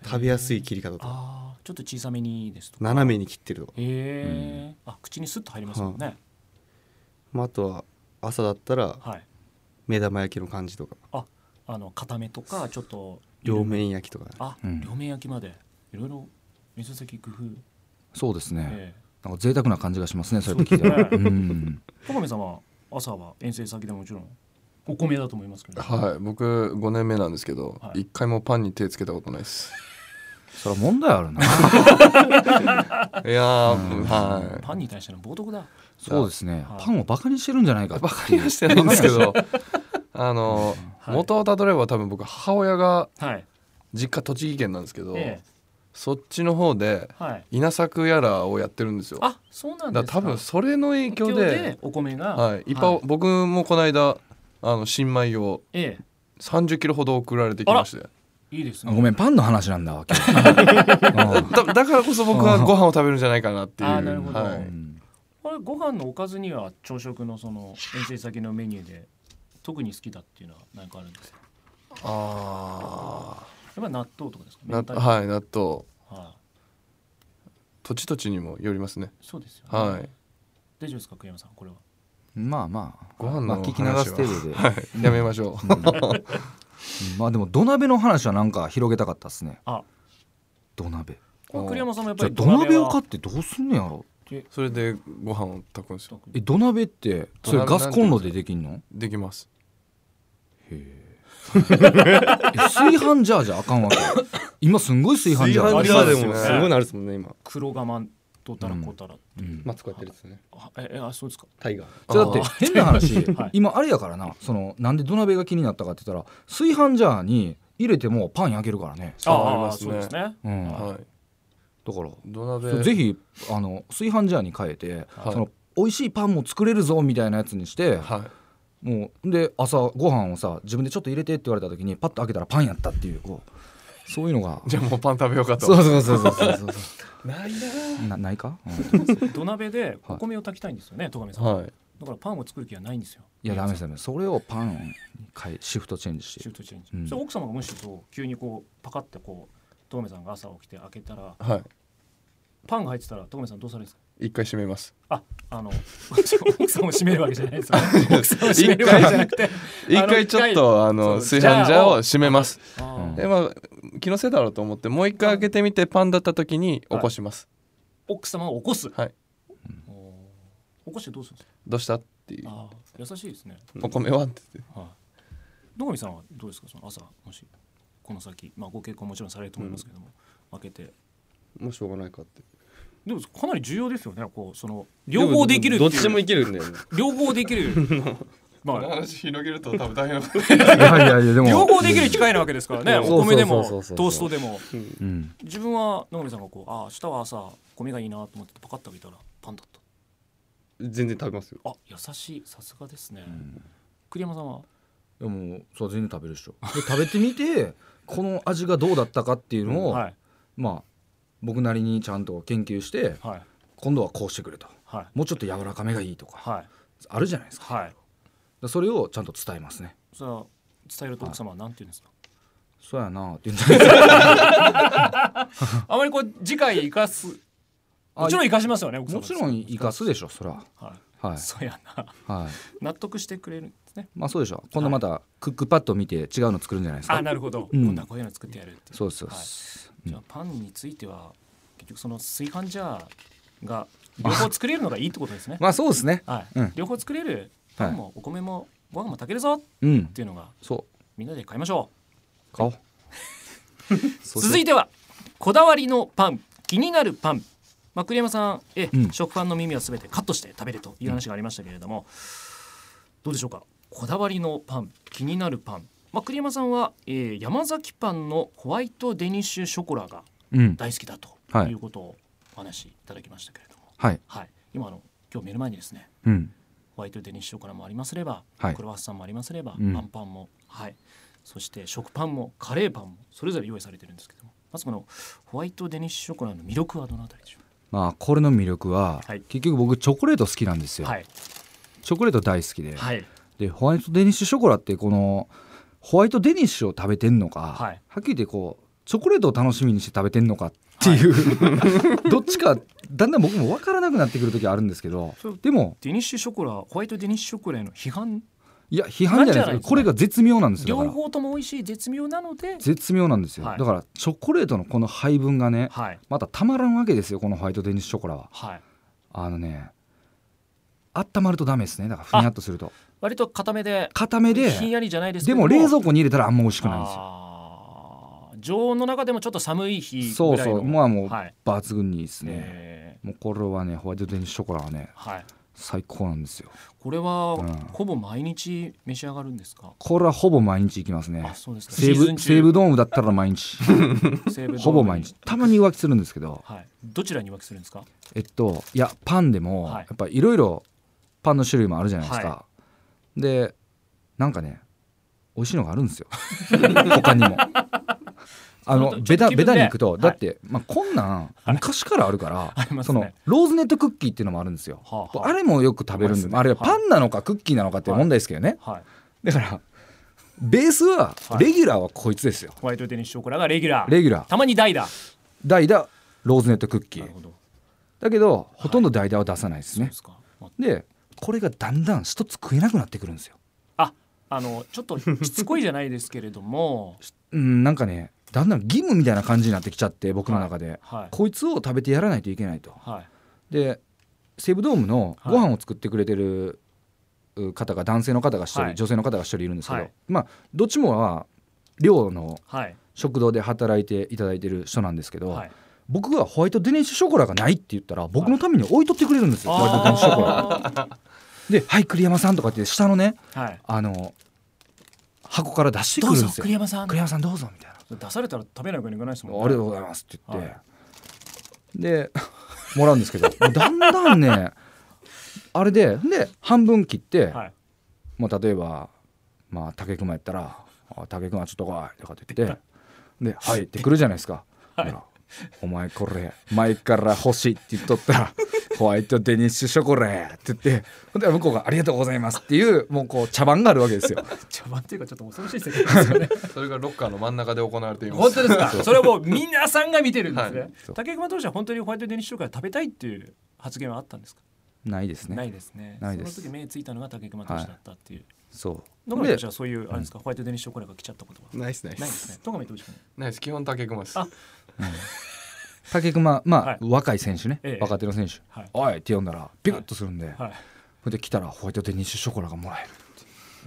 Speaker 4: 食べやすい切り方とか
Speaker 3: ああちょっと小さめにですとか
Speaker 4: 斜めに切ってるとか、
Speaker 3: へえ、あ口にスッと入りますもんね
Speaker 4: まあ、あとは朝だったら
Speaker 3: はい、
Speaker 4: 目玉焼きの感じとか
Speaker 3: ああの固めとかちょっと
Speaker 4: 両面焼きとか、ね、
Speaker 3: あ、
Speaker 2: うん
Speaker 3: 両面焼きまでいろいろ水先工夫
Speaker 2: そうですね、
Speaker 3: え
Speaker 2: なんか贅沢な感じがしますねそうやって聞いたら
Speaker 3: そうですね
Speaker 2: うん
Speaker 3: え高見さんは朝は遠征先でもちろんお米だと思いますけど、
Speaker 5: はい僕5年目なんですけど
Speaker 3: はい
Speaker 5: 一回もパンに手つけたことないです
Speaker 2: それは問題あ るな
Speaker 5: いやーはい
Speaker 3: パンに対しての冒涜だ
Speaker 2: そうですね、
Speaker 3: はい
Speaker 2: パンをバカにしてるんじゃないか
Speaker 5: バカにはしてないんですけど あの
Speaker 3: はい
Speaker 5: 元をたどれば多分僕母親が
Speaker 3: はい
Speaker 5: 実家栃木県なんですけど
Speaker 3: ええ
Speaker 5: そっちの方で
Speaker 3: はい
Speaker 5: 稲作やらをやってるんですよだか
Speaker 3: あそうなんです
Speaker 5: ら
Speaker 3: か
Speaker 5: 多分それの影響
Speaker 3: 影
Speaker 5: で
Speaker 3: お米が
Speaker 5: はいいっぱい僕もこの間あの新米を
Speaker 3: ええ
Speaker 5: 3 0キロほど送られてきまして
Speaker 3: いいですね
Speaker 2: ごめんパンの話なんだわ今日
Speaker 5: だだからこそ僕はご飯を食べるんじゃないかなっていう
Speaker 3: あーなるほど
Speaker 5: は
Speaker 2: う
Speaker 5: い
Speaker 2: ん
Speaker 3: これご飯のおかずには朝食のその遠征先のメニューで特に好きだっていうのは何かあるんですか
Speaker 5: あ
Speaker 3: やっぱり納豆とかですか
Speaker 5: あ
Speaker 3: 明太子
Speaker 5: はい納豆
Speaker 3: は
Speaker 5: 土地土地にもよりますね
Speaker 3: い、そうですよ、ね
Speaker 5: はい
Speaker 3: 大丈夫ですか栗山さんこれは
Speaker 2: まあまあ
Speaker 5: ご飯の
Speaker 2: まあ、聞き流す程度で、
Speaker 5: はいやめましょう
Speaker 2: うんまあでも土鍋の話はなんか広げたかったですね
Speaker 3: あ
Speaker 2: 土鍋
Speaker 3: これ栗山さんもやっ
Speaker 2: じ
Speaker 3: ぱ
Speaker 2: ゃあ
Speaker 3: り
Speaker 2: 土鍋を
Speaker 3: は
Speaker 2: 買ってどうすんねやろ
Speaker 5: それでご飯を炊くんですよ
Speaker 2: え土鍋ってそれ
Speaker 5: 土鍋なん
Speaker 2: ガ
Speaker 5: て
Speaker 2: スコンロでできんの
Speaker 5: できます
Speaker 2: え炊飯ジャーじゃあかんわけ今すんごい炊飯ジャー
Speaker 3: 炊飯ジャー
Speaker 4: でも
Speaker 5: あります
Speaker 4: す
Speaker 5: ね
Speaker 4: ごいなるですもんね今
Speaker 3: 黒釜とたらこたら、
Speaker 2: うん
Speaker 4: マツコやってるやつね
Speaker 3: あええあそうですか
Speaker 4: タイガー
Speaker 2: じゃあだって変な 話、
Speaker 3: はい
Speaker 2: 今あれやからなそのなんで土鍋が気になったかって言ったら炊飯ジャーに入れてもパン焼けるからね、
Speaker 5: ああり
Speaker 3: ー
Speaker 5: ますね
Speaker 3: そうですね
Speaker 2: うん、だか
Speaker 5: はい
Speaker 2: ら
Speaker 5: 土鍋
Speaker 2: ぜひあの炊飯ジャーに変えて、
Speaker 5: はい
Speaker 2: その美味しいパンも作れるぞみたいなやつにして、
Speaker 5: はい
Speaker 2: もうで朝ご飯をさ自分でちょっと入れてって言われた時にパッと開けたらパンやったっていうこうそういうのが
Speaker 5: じゃあもうパン食べようかと
Speaker 2: そうそうそうそうそうそう ないなないか、うんい
Speaker 3: 土鍋でお米を炊きたいんですよね戸上さん、
Speaker 5: はい
Speaker 3: だからパンを作る気はないんですよ
Speaker 2: やダメですよねそれをパンに変えシフトチェンジし
Speaker 3: シ
Speaker 2: て
Speaker 3: フトチェンジ、
Speaker 2: うん
Speaker 3: それ奥様がもしそう急にこうパカってこう戸上さんが朝起きて開けたら
Speaker 5: はい
Speaker 3: パンが入ってたら戸上さんどうされるんですか
Speaker 5: 一回閉めます
Speaker 3: あ、あの 奥さんを閉めるわけじゃないですよね。奥さんを閉めるわけじゃなくて、
Speaker 5: 一回ちょっとあの
Speaker 3: そう
Speaker 5: 炊飯ジャーを閉めます
Speaker 3: あの
Speaker 2: うん
Speaker 5: でまあ気のせいだろうと思ってもう一回開けてみてパンだった時に起こします
Speaker 3: 奥様を起こす。
Speaker 5: はい
Speaker 3: おー起こしてどうするんですか。
Speaker 5: どうしたっていう
Speaker 3: あー優しいですね。
Speaker 5: お米はって言って
Speaker 3: はい。野上さんはどうですか。その朝もしこの先、まあご結婚もちろんされると思いますけども、開けて。
Speaker 4: もうしょうがないかって
Speaker 3: でもかなり重要ですよね。こうその両方できるって
Speaker 4: ど
Speaker 3: い
Speaker 4: っちでも
Speaker 3: う
Speaker 4: いけるんだ よね
Speaker 3: 両方でき る。まあ
Speaker 5: 話広げると多分大変なこと
Speaker 2: いやいやいやでも
Speaker 3: 両方できる機会なわけですからね。
Speaker 2: そう
Speaker 3: お米でも
Speaker 2: そうそうそうそう
Speaker 3: トーストでも。
Speaker 2: うん
Speaker 3: 自分は野上さんがこうああ明日は朝米がいいなと思ってパカッと開けたらパンだっ
Speaker 4: 全然食べますよ
Speaker 3: たあ優しいさすがですね、栗山さんは
Speaker 2: でもそう全然食べるでしょで食べてみてこの味がどうだったかっていうのを、
Speaker 3: はい
Speaker 2: まあ僕なりにちゃんと研究して
Speaker 3: はい
Speaker 2: 今度はこうしてくれと
Speaker 3: はい
Speaker 2: もうちょっと柔らかめがいいとか
Speaker 3: はい
Speaker 2: あるじゃないですかだか
Speaker 3: はい
Speaker 2: らそれをちゃんと伝えますね
Speaker 3: それは伝えると奥様は何て言うんですか、
Speaker 2: そうやなって言うんじゃないですか
Speaker 3: あまりこう次回生かす
Speaker 2: あ
Speaker 3: もちろん生かしますよね奥様
Speaker 2: もちろん生かすでしょそら
Speaker 3: は
Speaker 2: はい
Speaker 3: いそうやな
Speaker 2: はい
Speaker 3: 納得してくれるんですね
Speaker 2: まあそうでしょ今度またクックパッド見て違うの作るんじゃないですか
Speaker 3: あなるほど、
Speaker 2: うん
Speaker 3: 今度はこういうの作ってやるって
Speaker 2: そうですそう
Speaker 3: は
Speaker 2: で
Speaker 3: い
Speaker 2: す、
Speaker 3: じゃあパンについては結局その炊飯ジャーが両方作れるのがいいってことですね
Speaker 2: まあそうですね
Speaker 3: はい、
Speaker 2: うん
Speaker 3: 両方作れるパンもお米もご飯も炊けるぞっ
Speaker 2: うん
Speaker 3: ていうのが
Speaker 2: そう
Speaker 3: みんなで買いましょ
Speaker 2: 買おう
Speaker 3: う続いてはこだわりのパン気になるパン、まあ、栗山さんえ、
Speaker 2: うん
Speaker 3: 食パンの耳は全てカットして食べるという話がありましたけれども、どうでしょうかこだわりのパン気になるパン、まあ、栗山さんは、えー山崎パンのホワイトデニッシュショコラが
Speaker 2: うん
Speaker 3: 大好きだと
Speaker 2: はい
Speaker 3: いうことをお話しいただきましたけれども、
Speaker 2: はい
Speaker 3: はい、今あの今日目の前にですね
Speaker 2: うん
Speaker 3: ホワイトデニッシュからもありますれば、
Speaker 2: はい
Speaker 3: クロワッサンもありますれば、
Speaker 2: うん
Speaker 3: アンパンも、はい、そして食パンもカレーパンもそれぞれ用意されてるんですけどもまずこのホワイトデニッシュショコラの魅力はどのあたりでしょ
Speaker 2: まあこれの魅力は、
Speaker 3: はい
Speaker 2: 結局僕チョコレート好きなんです
Speaker 3: う
Speaker 2: よ、
Speaker 3: はい
Speaker 2: チョコレート大好きで、
Speaker 3: はい
Speaker 2: でホワイトデニッシュショコラってこのホワイトデニッシュを食べてんのか、
Speaker 3: は
Speaker 2: はいっきり言ってこうチョコレートを楽しみにして食べてんのかっていう、 どっちかだんだん僕も分からなくなってくる時あるんですけど
Speaker 3: そう
Speaker 2: でも
Speaker 3: デニッシュショコラホワイトデニッシュショコラへの批判
Speaker 2: いや批判じゃないで
Speaker 3: なん
Speaker 2: す
Speaker 3: じゃない
Speaker 2: か
Speaker 3: ですか
Speaker 2: これが絶妙なんですよだ
Speaker 3: 両
Speaker 2: から
Speaker 3: 方とも美味しい絶妙なので
Speaker 2: 絶妙なんですよ、
Speaker 3: はい
Speaker 2: だからチョコレートのこの配分がね
Speaker 3: はい
Speaker 2: またたまらんわけですよこのホワイトデニッシュショコラは
Speaker 3: はい
Speaker 2: あのね温まるとダメですねだからふにゃっとすると
Speaker 3: 割と固めで
Speaker 2: 固めで
Speaker 3: ひんやりじゃないですけ
Speaker 2: で
Speaker 3: ど
Speaker 2: も冷蔵庫に入れたらあんま美味しくないんですよ
Speaker 3: あー常温の中でもちょっと寒い日
Speaker 2: そ
Speaker 3: ぐ
Speaker 2: う
Speaker 3: らいの
Speaker 2: そうまあもう
Speaker 3: はい、
Speaker 2: 抜群にいいですね、
Speaker 3: え
Speaker 2: もうこれはねホワイトデニッシュショコラはね
Speaker 3: ーはい
Speaker 2: 最高なんですよ
Speaker 3: これは、
Speaker 2: うん
Speaker 3: ほぼ毎日召し上がるんですか。
Speaker 2: これはほぼ毎日行きますね
Speaker 3: あ、そうですか。
Speaker 2: 西
Speaker 3: シーズン
Speaker 2: 武
Speaker 3: 中
Speaker 2: 西武ドームだったら毎 日
Speaker 3: 西武ドームに
Speaker 2: ほぼ毎日たまに浮気するんですけど
Speaker 3: はい。どちらに浮気するんですか。
Speaker 2: えっといやパンでも、
Speaker 3: はい
Speaker 2: やっぱいろいろパンの種類もあるじゃないですか、でなんかね美味しいのがあるんですよ 他にもあ
Speaker 3: そ
Speaker 2: の
Speaker 3: の
Speaker 2: ベタ
Speaker 3: ちょっと気分
Speaker 2: ベタに行くと、
Speaker 3: で
Speaker 2: だって、まあ、こんなん昔からあるから、
Speaker 3: ります
Speaker 2: そ
Speaker 3: ね
Speaker 2: のローズネットクッキーっていうのもあるんですよ、
Speaker 3: はあはあ
Speaker 2: れもよく食べるんで、
Speaker 3: あ
Speaker 2: あ
Speaker 3: り
Speaker 2: れ
Speaker 3: ま
Speaker 2: は
Speaker 3: すねはい
Speaker 2: パンなのかクッキーなのかっていう問題ですけどね、
Speaker 3: はい。
Speaker 2: だからベースは
Speaker 3: はい
Speaker 2: レギュラーはこいつですよ、
Speaker 3: ホワイトデニッシュショコラがレギュラー。
Speaker 2: レギュラー
Speaker 3: たまに代打。
Speaker 2: 代打ローズネットクッキ
Speaker 3: なる
Speaker 2: ー
Speaker 3: ほど。
Speaker 2: だけどほとんど代打は出さないです
Speaker 3: そう
Speaker 2: ね
Speaker 3: で、すか。
Speaker 2: でこれがだんだん一つ食えなくなってくるんですよ
Speaker 3: あ、あのちょっとしつこいじゃないですけれども、
Speaker 2: うんなんかねだんだん義務みたいな感じになってきちゃって僕の中で、
Speaker 3: はい
Speaker 2: こいつを食べてやらないといけないと
Speaker 3: はい
Speaker 2: で西武ドームの
Speaker 3: はい
Speaker 2: ご飯を作ってくれてるう方が男性の方が一人、
Speaker 3: はい
Speaker 2: 女性の方が一人いるんですけど、
Speaker 3: はい
Speaker 2: まあどっちもは寮の
Speaker 3: はい
Speaker 2: 食堂で働いていただいてる人なんですけど、
Speaker 3: はい。
Speaker 2: 僕がホワイトデニッシュショコラがないって言ったら僕のために置いとってくれるんですよ、ホワイトデニッシュショコラ
Speaker 3: あ
Speaker 2: で「はい栗山さん」とかって下のね
Speaker 3: ーはい。
Speaker 2: あの箱から出して
Speaker 3: ど
Speaker 2: く
Speaker 3: う
Speaker 2: るん
Speaker 3: ぞ
Speaker 2: ですよ
Speaker 3: 栗山さん。
Speaker 2: 栗山さんどうぞみたいな「
Speaker 3: 出されたら食べなくなくないです
Speaker 2: あ
Speaker 3: もん、
Speaker 2: りがとうございます」って言って、
Speaker 3: は
Speaker 2: でもらうんですけどもうだんだんねあれでで半分切って、
Speaker 3: はい。
Speaker 2: もう例えばまあ武隈やったら「あ武隈ちょっと来い」とかって言ってで「はい」って来るじゃないですか。だからお前これ前から欲しいって言っとった らホワイトデニッシュショコラやって言ってほんで向こうが「ありがとうございます」っていうもうこう茶番があるわけですよ。
Speaker 3: 茶番っていうかちょっと恐ろしい世 界ですよね。
Speaker 5: それがロッカーの真ん中で行われていま
Speaker 3: 本
Speaker 5: す
Speaker 3: 当ですか。それはもう皆さんが見てるんですね。
Speaker 5: はい
Speaker 2: そう
Speaker 3: 竹熊投手は本当にホワイトデニッシュショコラ食べたいっていう発言はあったんですか、
Speaker 2: ないですね
Speaker 3: ないですね
Speaker 2: ないです
Speaker 3: その時目ついたのが竹熊投手だったっていう、
Speaker 2: そ
Speaker 3: 野
Speaker 2: う
Speaker 3: 上
Speaker 2: で
Speaker 3: 投手はそういうあれですか、ホワイトデニッシュショコラが来ちゃったことは
Speaker 4: ナイスナイ
Speaker 3: ないですね戸上投手も
Speaker 5: ないです基本竹熊です
Speaker 3: あ
Speaker 2: 竹熊まあ、
Speaker 3: はい
Speaker 2: 若い選手ね、
Speaker 3: ええ
Speaker 2: 若手の選手「
Speaker 3: はい
Speaker 2: おい!」って呼んだらビクッとするんで、
Speaker 3: はい
Speaker 2: それで来たらホワイトデニッシュショコラがもらえる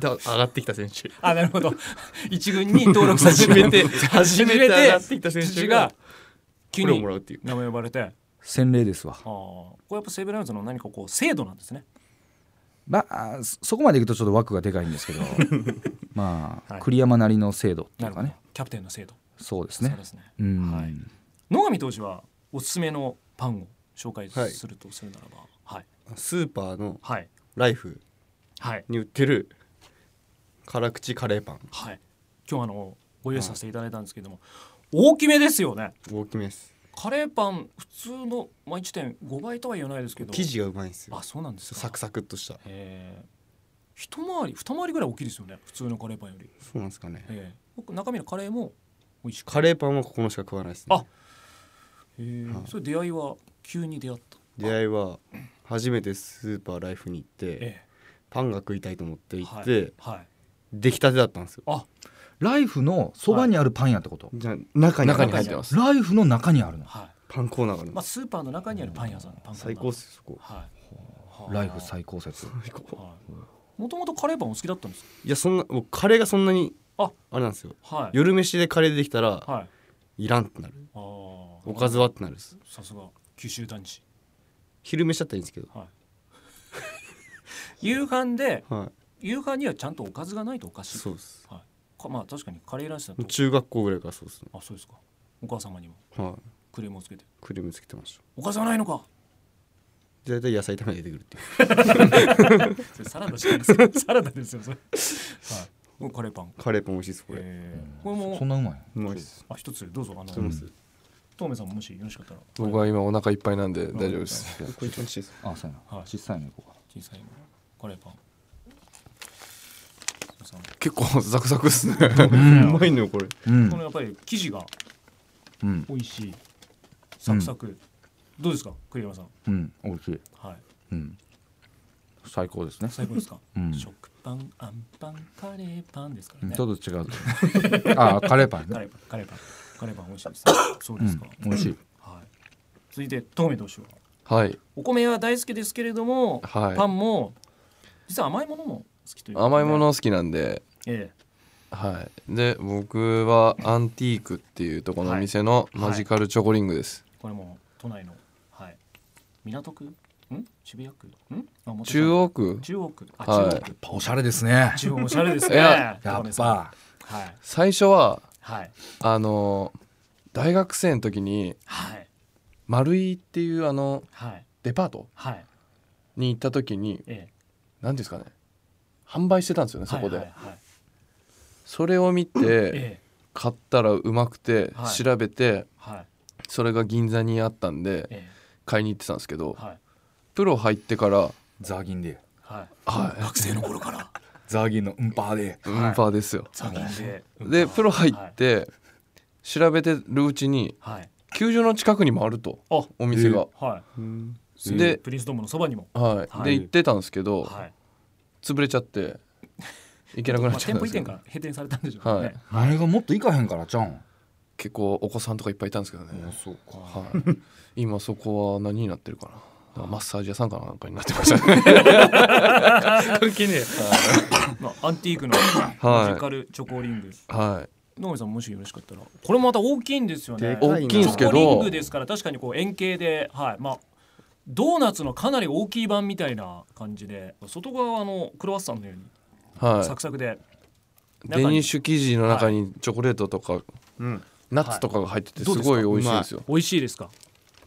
Speaker 4: だ上がってきた選手
Speaker 3: あなるほど一軍に登録させて初め
Speaker 4: 初めて上がって
Speaker 3: て
Speaker 4: きた選手
Speaker 3: 土
Speaker 4: が
Speaker 3: が急
Speaker 4: これを
Speaker 3: に
Speaker 4: もらうっていう
Speaker 3: 名前呼ばれてあ
Speaker 2: 洗礼ですわ
Speaker 3: あこれやっぱ西武ライオンズの何かこう制度なんですね
Speaker 2: まあそそこまでいくとちょっと枠がでかい んですけどまあ、
Speaker 3: はい
Speaker 2: 栗山なりの制度ってい
Speaker 3: な
Speaker 2: う
Speaker 3: る
Speaker 2: か
Speaker 3: ほど
Speaker 2: ね
Speaker 3: キャプテンの制度
Speaker 2: そうです
Speaker 3: そう
Speaker 2: ね
Speaker 3: ですね
Speaker 2: うん、
Speaker 3: はい野上投手はおすすめのパンを紹介
Speaker 4: はい
Speaker 3: するとするならばはい
Speaker 4: スーパーの
Speaker 3: はい
Speaker 4: ライフ
Speaker 3: はい
Speaker 4: に売ってる辛口カレーパン
Speaker 3: はい今日あのご用意させていただいたんですけども大きめですよね
Speaker 4: 大きめです
Speaker 3: カレーパン普通のまあ1.5倍とは言わないですけど
Speaker 4: 生地がうまいんですよ
Speaker 3: あそうなんですか
Speaker 4: サクサクっとした
Speaker 3: えー一回り二回りぐらい大きいですよね普通のカレーパンより、
Speaker 4: そうなんですかね
Speaker 3: えー僕中身のカレーも美味しく
Speaker 4: カレーパンはここのしか食わないですね
Speaker 3: あえーそれ出会いは急に出会った
Speaker 4: 出会いは初めてスーパーライフに行って
Speaker 3: え
Speaker 4: パンが食いたいと思って行っ
Speaker 3: ー
Speaker 4: て
Speaker 3: はい、はい、
Speaker 4: 出来たてだったんですよ
Speaker 3: あ
Speaker 2: ライフのそばにあるパン屋ってこと、
Speaker 4: じゃあ中に
Speaker 5: 中に入ってます
Speaker 2: ライフの中にあるの
Speaker 3: は
Speaker 4: パンコーナーがある
Speaker 3: い
Speaker 4: ん
Speaker 3: ま
Speaker 4: で
Speaker 3: あ、
Speaker 4: す
Speaker 3: スーパーの中にあるパン屋さんパン屋さん
Speaker 4: 最高っすよそこ
Speaker 3: はい
Speaker 2: ライフ最高説
Speaker 3: もともとカレーパンお好きだったんです
Speaker 4: いやそんな僕カレーがそんなに
Speaker 3: あ
Speaker 4: あれなんですよ
Speaker 3: かはい
Speaker 4: 夜飯でカレーできたら
Speaker 3: はい
Speaker 4: いらんってなる
Speaker 3: あ
Speaker 4: お
Speaker 3: ー
Speaker 4: かずはってなるっす
Speaker 3: さすが九州男児
Speaker 4: 昼飯だったらいいんですけど
Speaker 3: はい夕飯で
Speaker 4: は
Speaker 3: 夕飯にはちゃんとおかずがないとおか
Speaker 4: い
Speaker 3: しい
Speaker 4: そうです
Speaker 3: はいかまあ確かにカレーライスだと
Speaker 4: 中学校ぐらいからそうですね
Speaker 3: あそうですかお母様にも
Speaker 4: はい
Speaker 3: クレームをつけて
Speaker 4: クリームつけてました
Speaker 3: 「おかずはないのか!
Speaker 4: で大体野菜炒めて出てくるっていう」
Speaker 3: それサラダじゃないですかサラダですよそれはいこれカレーパン
Speaker 4: カレーパン美味しいですこれ
Speaker 3: えーこれ
Speaker 2: そん
Speaker 3: も
Speaker 2: なうまいの
Speaker 4: うまいです
Speaker 3: あ一つどうぞあの
Speaker 4: 知ってます
Speaker 3: 東明さんももしよろしかったら
Speaker 5: 僕は今お腹いっぱいなんで大丈夫です
Speaker 4: これ一番美味しい です
Speaker 2: あそうやな、
Speaker 3: はい
Speaker 2: 小さいのいこうか
Speaker 3: 小さいのカレーパンすいません
Speaker 5: 結構ザクザクですね
Speaker 4: うまいのよこれ
Speaker 2: うん
Speaker 3: このやっぱり生地が
Speaker 2: うん
Speaker 3: 美味しいサクサク、どうですか栗山さん
Speaker 2: うん美味しい
Speaker 3: はい
Speaker 2: うん最高ですね
Speaker 3: 最高ですか、
Speaker 2: うん
Speaker 3: 食パンあんパンカレーパンですか
Speaker 2: う
Speaker 3: ら
Speaker 2: ん
Speaker 3: ね
Speaker 2: ちょっと違うあカレーパン
Speaker 3: カレー
Speaker 2: ね
Speaker 3: パンカレーパンカレーパン美味しいですそうですか、
Speaker 2: うん美味しい
Speaker 3: はい続いて東明投手は
Speaker 5: はい
Speaker 3: お米は大好きですけれども、
Speaker 5: はい
Speaker 3: パンも実は甘いものも好きということで
Speaker 5: 甘いもの好きなんで
Speaker 3: え
Speaker 5: はいで僕はアンティークっていうところのお店の
Speaker 3: はい
Speaker 5: マジカルチョコリングです、
Speaker 3: えこれも都内のはい港区ん渋谷区んあ表参道
Speaker 5: 中央区
Speaker 3: 中央区あ
Speaker 5: はい
Speaker 3: 中央区、
Speaker 2: やっぱおしゃれですね
Speaker 3: 中央おしゃれですね
Speaker 5: いや
Speaker 2: やっ
Speaker 3: は
Speaker 2: ぱ
Speaker 3: い
Speaker 5: 最初は
Speaker 3: はい
Speaker 5: あの大学生の時に
Speaker 3: はい
Speaker 5: 丸井っていうあの
Speaker 3: はい
Speaker 5: デパート
Speaker 3: はい
Speaker 5: に行った時に
Speaker 3: ええ
Speaker 5: 何ですかね販売してたんですよねそこで、
Speaker 3: はいはいはい
Speaker 5: それを見て
Speaker 3: ええ
Speaker 5: 買ったらうまくて
Speaker 3: はい
Speaker 5: 調べて
Speaker 3: はい
Speaker 5: それが銀座にあったんで
Speaker 3: え
Speaker 5: 買いに行ってたんですけど
Speaker 3: えはい
Speaker 5: プロ入ってから
Speaker 2: ザーギンで
Speaker 3: はい
Speaker 5: は
Speaker 3: 学生の頃から
Speaker 2: ザーギンのうんぱーで
Speaker 5: いウンパーですよ
Speaker 3: 残念で
Speaker 5: でプロ入って調べてるうちに
Speaker 3: はい
Speaker 5: 球場の近くにもあると
Speaker 3: あ
Speaker 5: お店が
Speaker 3: は
Speaker 4: うん
Speaker 3: い
Speaker 5: で
Speaker 3: プリンスドームのそばにも
Speaker 5: はい
Speaker 3: は
Speaker 5: で
Speaker 3: い
Speaker 5: 行ってたんですけど
Speaker 3: はい
Speaker 5: 潰れちゃって行けなくなっちゃ っ
Speaker 3: まあ店
Speaker 5: たん
Speaker 3: 舗移転から
Speaker 5: ですけど
Speaker 3: 閉店されたんでしょうね、
Speaker 5: はい
Speaker 2: あれがもっといかへんからちゃうん
Speaker 5: 結構お子さんとかいっぱいいたんですけどね
Speaker 2: そうか
Speaker 5: はい、今そこは何になってるかなだからマッサージ屋さんかなんかになって ましたね
Speaker 4: 関係ねえ
Speaker 3: まあ、アンティークの
Speaker 5: はい
Speaker 3: マジカルチョコリング、
Speaker 5: はい
Speaker 3: 野上さんもしよろしかったらこれもまた大きいんですよね
Speaker 4: でか
Speaker 5: 大きいんですけ
Speaker 3: チョコリン
Speaker 5: ど
Speaker 3: グですから確かにこう円形で、はいまあ、ドーナツのかなり大きい版みたいな感じで外側はあのクロワッサンのようにサ
Speaker 5: は
Speaker 3: クサクで、
Speaker 5: い
Speaker 3: 中
Speaker 5: デ
Speaker 3: に
Speaker 5: ニッシュ生地の中にチョコレートとか
Speaker 4: うん
Speaker 5: ナッツとかが入ってて
Speaker 3: どう
Speaker 5: す
Speaker 3: ですか
Speaker 5: ごい美味しいんですよ
Speaker 3: 美味しいですか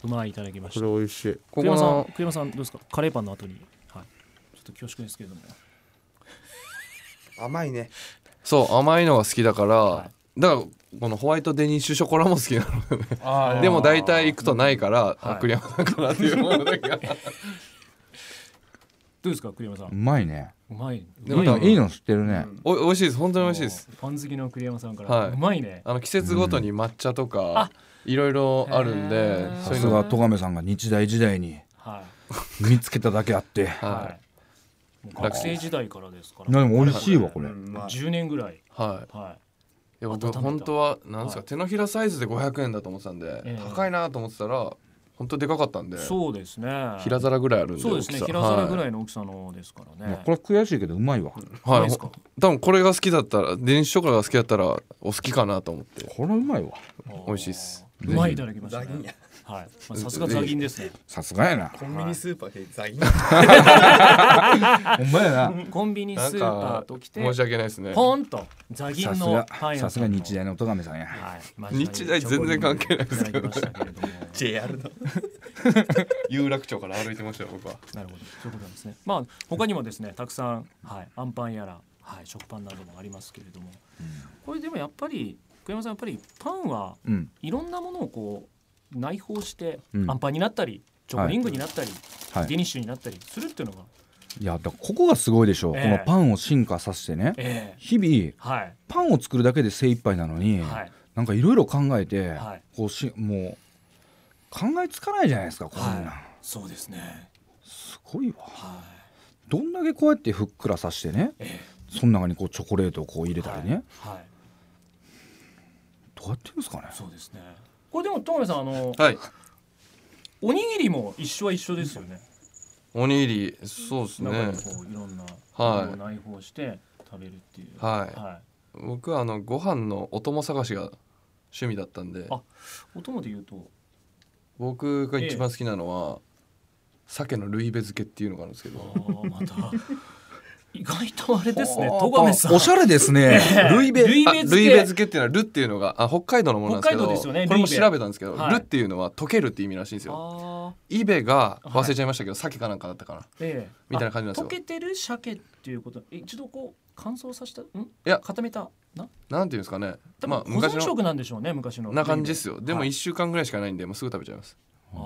Speaker 3: うまいいただきました
Speaker 4: これ美味しい
Speaker 5: ここ
Speaker 3: 栗山さん
Speaker 5: の
Speaker 3: 栗山さんどうですかカレーパンの後に、はい、ちょっと恐縮ですけれども
Speaker 4: 甘いね
Speaker 5: そう甘いのが好きだから、
Speaker 3: は
Speaker 5: だからこのホワイトデニッシュショコラも好きなの
Speaker 3: あ
Speaker 5: でも大体行くとないから
Speaker 3: はい
Speaker 5: あ栗山さんかなっていうものだ けが
Speaker 3: どうですか栗山さ
Speaker 2: うんまいね
Speaker 3: うまい
Speaker 5: でも多分
Speaker 2: いいの知ってるね
Speaker 5: お美味しいです本当に美味しいです
Speaker 3: パン好きの栗山さんから、
Speaker 5: はいう
Speaker 3: まいね
Speaker 5: あの季節ごとに抹茶とかいろいろあるん
Speaker 3: へ
Speaker 5: で
Speaker 3: ー
Speaker 5: そ
Speaker 2: さ
Speaker 5: ういう
Speaker 2: す
Speaker 5: の
Speaker 2: が戸亀さんが日大時代に
Speaker 3: はい
Speaker 2: 見つけただけあって
Speaker 5: は
Speaker 3: もう学生時代からですから。
Speaker 2: でも美味しいわこれ
Speaker 3: 10年ぐらい。
Speaker 5: い。はい。
Speaker 3: はい
Speaker 5: や僕
Speaker 3: 温めた
Speaker 5: 本当はなんですか、
Speaker 3: はい
Speaker 5: 手のひらサイズで500円だと思ってたんで、
Speaker 3: ええ
Speaker 5: 高いなと思ってたら本当でかかったんで
Speaker 3: い。そうですね。
Speaker 5: 平皿ぐらいあるんで
Speaker 3: そうですね。
Speaker 5: 大きさ
Speaker 3: 平皿ぐ
Speaker 5: は
Speaker 3: ら
Speaker 5: い、
Speaker 3: いの大きさのですから
Speaker 2: いや
Speaker 3: ね。
Speaker 2: これ悔しいけどうまいわ
Speaker 5: はい
Speaker 3: いですか
Speaker 5: 多分これが好きだったら電子ショコラが好きだったらお好きかなと思って
Speaker 2: これうまいわ
Speaker 5: 美味しいっす
Speaker 3: あーうまいいただきましたね。はい。まあさすがザギン ですね。
Speaker 2: さすがやな
Speaker 4: コンビニスーパーでザイン
Speaker 2: ほんまやな
Speaker 3: コンビニ
Speaker 5: なん
Speaker 3: スーパー
Speaker 5: か
Speaker 3: と来て、
Speaker 5: 申し訳ないですね
Speaker 3: ポンとザギ
Speaker 2: さ
Speaker 3: ン
Speaker 2: す
Speaker 3: の
Speaker 2: が
Speaker 3: パン屋
Speaker 2: さすが日
Speaker 3: 大。
Speaker 2: 大の戸上さんや
Speaker 3: はいまあ
Speaker 5: 日大全然関係ないですけど
Speaker 3: いただきましたけれど も
Speaker 4: JR の
Speaker 5: 有楽町から歩いてましたよ僕は
Speaker 3: なるほど、そういうことなんですね。まあ他にもですね、たくさんはい、アンパンやら、はい、食パンなどもありますけれども、これでもやっぱり久山さんやっぱりパンは
Speaker 2: うん
Speaker 3: いろんなものをこう内包して、
Speaker 2: うん
Speaker 3: アンパンになったり、チョコリングになったり、
Speaker 2: はい
Speaker 3: デニッシュになったりするっていうのが、
Speaker 2: いやだからここがすごいでしょ、
Speaker 3: ええ
Speaker 2: このパンを進化させてね
Speaker 3: ええ
Speaker 2: 日々
Speaker 3: はい
Speaker 2: パンを作るだけで精一杯なのに、
Speaker 3: はい
Speaker 2: なんかいろいろ考えて、
Speaker 3: はい
Speaker 2: こうしもう考えつかないじゃないですかこんなん、
Speaker 3: はい、そうですね。
Speaker 2: すごいわ
Speaker 3: は
Speaker 2: どんだけこうやってふっくらさしてね
Speaker 3: い、え
Speaker 2: その中にこうチョコレートをこう入れ
Speaker 3: え
Speaker 2: たりね、
Speaker 3: はい、はい、
Speaker 2: どうやってるんですかね
Speaker 3: そうですね。これでもトムさんあの、
Speaker 5: はい
Speaker 3: おにぎりも一緒は一緒ですよね。
Speaker 5: おにぎりそうです
Speaker 3: 中
Speaker 5: ね
Speaker 3: にこういろんな
Speaker 5: はい
Speaker 3: ものを内包して食べるっていう。
Speaker 5: はい
Speaker 3: はい
Speaker 5: 僕はあのご飯のお供探しが趣味だったんで
Speaker 3: あお供で言うと、
Speaker 5: 僕が一番好きなのは、鮭のルイベ漬けっていうのがあるんですけ
Speaker 3: あ
Speaker 5: ど
Speaker 3: ーまた 意外とあれですね、
Speaker 2: あ
Speaker 3: 戸亀さん。
Speaker 2: おしゃれですねルイベ
Speaker 3: ルイ
Speaker 5: あ
Speaker 3: ベ
Speaker 5: ルイベ
Speaker 3: 漬
Speaker 5: 漬けっていうのはルっていうのがあ北海道のものなんですけど
Speaker 3: 北海道ですよね
Speaker 5: これも
Speaker 3: ルイベ
Speaker 5: 調べたんですけど、
Speaker 3: はい
Speaker 5: ルっていうのは溶けるって意味らしいんです
Speaker 3: け。
Speaker 5: よ
Speaker 3: ああ、
Speaker 5: イベが
Speaker 3: はい
Speaker 5: 忘れちゃいましたけど、鮭かなんかだったかな
Speaker 3: ええ。
Speaker 5: みたいな感じなんです
Speaker 3: あ
Speaker 5: よ
Speaker 3: 溶けてる鮭っていうこと、え一度こう乾燥させた、ん？い
Speaker 5: や
Speaker 3: 固めたな。
Speaker 5: なんていうんですかね
Speaker 3: 多
Speaker 5: まあ
Speaker 3: 分保
Speaker 5: 昔
Speaker 3: 存
Speaker 5: の
Speaker 3: 食なんでしょうね、昔の。
Speaker 5: な感じですよでも
Speaker 3: はい
Speaker 5: 1週間ぐらいしかないんでもうすぐ食べちゃいます
Speaker 3: あ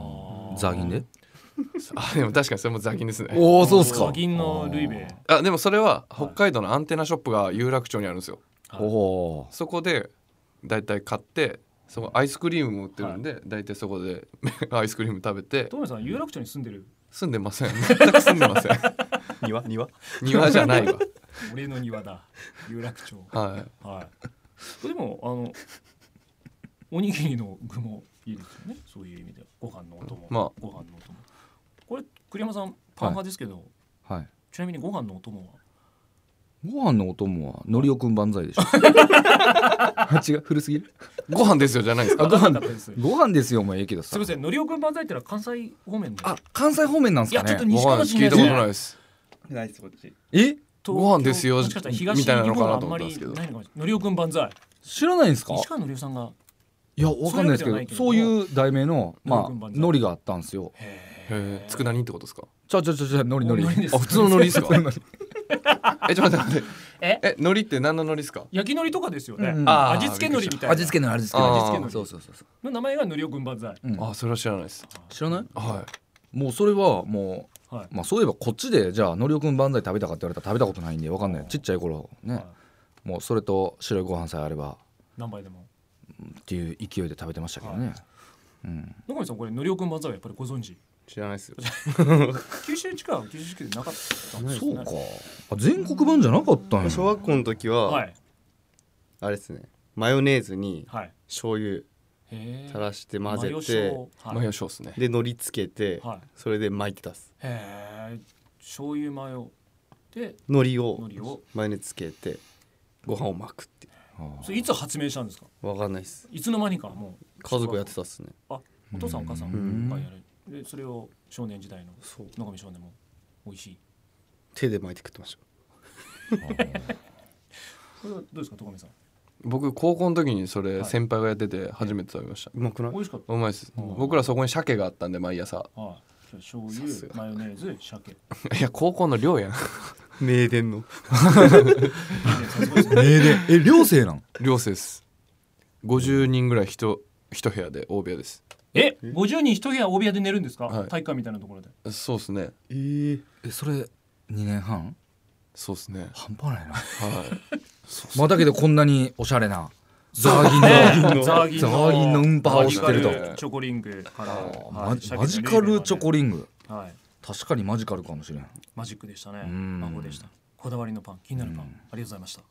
Speaker 3: ー
Speaker 2: ザーギンで
Speaker 5: あでも確かにそれもザキンですね
Speaker 2: おおそうっ
Speaker 3: ザギンのルイベ。
Speaker 5: あでもそれは北海道のアンテナショップが有楽町にあるんですよ
Speaker 2: おお
Speaker 5: そこでだいたい買ってそこアイスクリームも売ってるんで、だいたいそこで アイスクリーム食べて
Speaker 3: トムさん有楽町に住んでる。
Speaker 5: 住んでません全く住んでません
Speaker 4: 庭庭
Speaker 5: 庭じゃないわ
Speaker 3: 俺の庭だ。有楽町。
Speaker 5: はい
Speaker 3: はい。でもあのおにぎりの具もいいですよね。そういう意味ではご飯のお供、
Speaker 5: まあ
Speaker 3: ご飯のお供。これ栗山さんパン派ですけど、
Speaker 2: はい
Speaker 3: ちなみにご飯のお供は
Speaker 2: ご飯のお供はのりおくん万 歳でしょ違う古すぎる
Speaker 5: ご飯ですよじゃないですか。
Speaker 3: ご飯だったです。す
Speaker 2: ご飯ですよもうええけどさ
Speaker 3: みません、のりおくん万歳ってのは関西方面で。
Speaker 2: あ関西方面なんですか
Speaker 3: いやちょっと
Speaker 2: ね
Speaker 3: に西かもしれない
Speaker 5: ご飯聞いたことないです。
Speaker 4: ないですこっち
Speaker 2: え
Speaker 3: 東京
Speaker 5: ご飯ですよ
Speaker 3: もしかしたら東
Speaker 5: みたいなのかなと
Speaker 3: 日
Speaker 5: 思
Speaker 3: 本は
Speaker 5: ったん
Speaker 3: あ
Speaker 5: ですけど
Speaker 3: まりないのかもしれないのりおくん万歳。
Speaker 2: 知らないんですか
Speaker 3: 西川のりおさんが。
Speaker 2: いやわかんないです
Speaker 3: そ
Speaker 2: け
Speaker 3: ういうわけじゃないけ
Speaker 2: ど
Speaker 3: ど
Speaker 2: そういう題名の
Speaker 3: のりお
Speaker 2: ま
Speaker 3: くん
Speaker 2: あ
Speaker 3: 万歳
Speaker 2: のりがあったんですよ
Speaker 5: へえ、つくだ煮ってことですか。
Speaker 2: ちょちょちょちょのりのり
Speaker 3: お海苔です
Speaker 5: あ、普通の海苔ですか。
Speaker 2: のり
Speaker 5: え、ちょっと待って待って。
Speaker 3: え
Speaker 5: え、海苔って何の海苔ですか。
Speaker 3: 焼きのりとかですよね。
Speaker 2: うん
Speaker 5: あー
Speaker 3: 味付けのりみたいな。
Speaker 2: 味付けのあれですけ
Speaker 5: あー
Speaker 2: ど
Speaker 5: 味付け海苔
Speaker 2: そうそうそうそう
Speaker 3: の名前がのりおくん万歳。
Speaker 5: あ、それは知らないです。
Speaker 2: 知らない
Speaker 5: は
Speaker 2: もうそれはも
Speaker 3: は
Speaker 2: うまあそういえばこっちでじゃあのりおくん万歳食べたかって言われたら食べたことないんでわかんないちっちゃい頃
Speaker 3: い。
Speaker 2: ね
Speaker 3: は
Speaker 2: もうそれと白いご飯さえあれば
Speaker 3: い何杯でも。
Speaker 2: っていう勢いで食べてましたけどねうん
Speaker 3: 野上さんこれのりおくん万歳はやっぱりご存知。
Speaker 5: い。知らないですよ。
Speaker 3: 九州地区は九州地区でなかったんです
Speaker 2: そ
Speaker 3: ね
Speaker 2: うかあ全国版じゃなかったんや
Speaker 4: 小学校の時
Speaker 3: は
Speaker 4: はいあれですねマヨネーズに
Speaker 3: はい
Speaker 4: 醤油
Speaker 3: へ
Speaker 4: 垂ら
Speaker 3: し
Speaker 4: して混ぜて
Speaker 5: マ
Speaker 3: はいへ
Speaker 5: ヨショーですね。
Speaker 4: で海苔つけて
Speaker 3: はい
Speaker 4: それで巻いてたっす
Speaker 3: え醤油マヨで
Speaker 4: 海苔
Speaker 3: 海苔
Speaker 4: を
Speaker 3: を
Speaker 4: マヨネーズつけてご飯を巻くってい
Speaker 2: あ
Speaker 3: それいつ発明したんですか
Speaker 4: うわかんないっす
Speaker 3: いつの間にかもう
Speaker 4: 家族やってたっすね
Speaker 3: あお父さんお母さ
Speaker 2: うん
Speaker 3: んがやるでそれを少年時代の
Speaker 4: そう
Speaker 3: 野上少年も美味しい
Speaker 4: 手で巻いて食ってました
Speaker 3: これはどうですか戸上さん
Speaker 5: 僕高校の時にそれ
Speaker 3: はい
Speaker 5: 先輩がやってて初めて食べました。
Speaker 4: うまくない
Speaker 3: 美味しかった
Speaker 5: うまいです。
Speaker 3: うん
Speaker 5: 僕らそこに鮭があったんで毎朝。
Speaker 3: はいじゃあ醤
Speaker 5: さす
Speaker 3: 油
Speaker 5: が
Speaker 3: マヨネーズ 鮭
Speaker 5: いや高校の寮やん。
Speaker 4: 名電の
Speaker 2: えーでえ寮生なん
Speaker 5: 寮生です。五十人ぐらい人一部屋で大部屋です。
Speaker 3: え50人一部屋大部屋で寝るんですか
Speaker 5: はい
Speaker 3: 体育館みたいなところで
Speaker 5: そうですね。
Speaker 4: ええ
Speaker 2: えそれ二年半
Speaker 5: そうですね。
Speaker 2: 半端ないな
Speaker 5: はい。
Speaker 2: まあだけどこんなにおしゃれなザーギン の
Speaker 3: ザーギンの
Speaker 2: ザーギンの運搬をしてると
Speaker 3: マジカルチョコリングから、
Speaker 2: マジマジカルチョコ
Speaker 3: リ
Speaker 2: リング
Speaker 3: ング、はい、
Speaker 2: 確かにマジカルかもしれん
Speaker 3: マジックでしたね
Speaker 2: ん
Speaker 3: 魔法でしたこだわりのパン気になるパン、ありがとうございました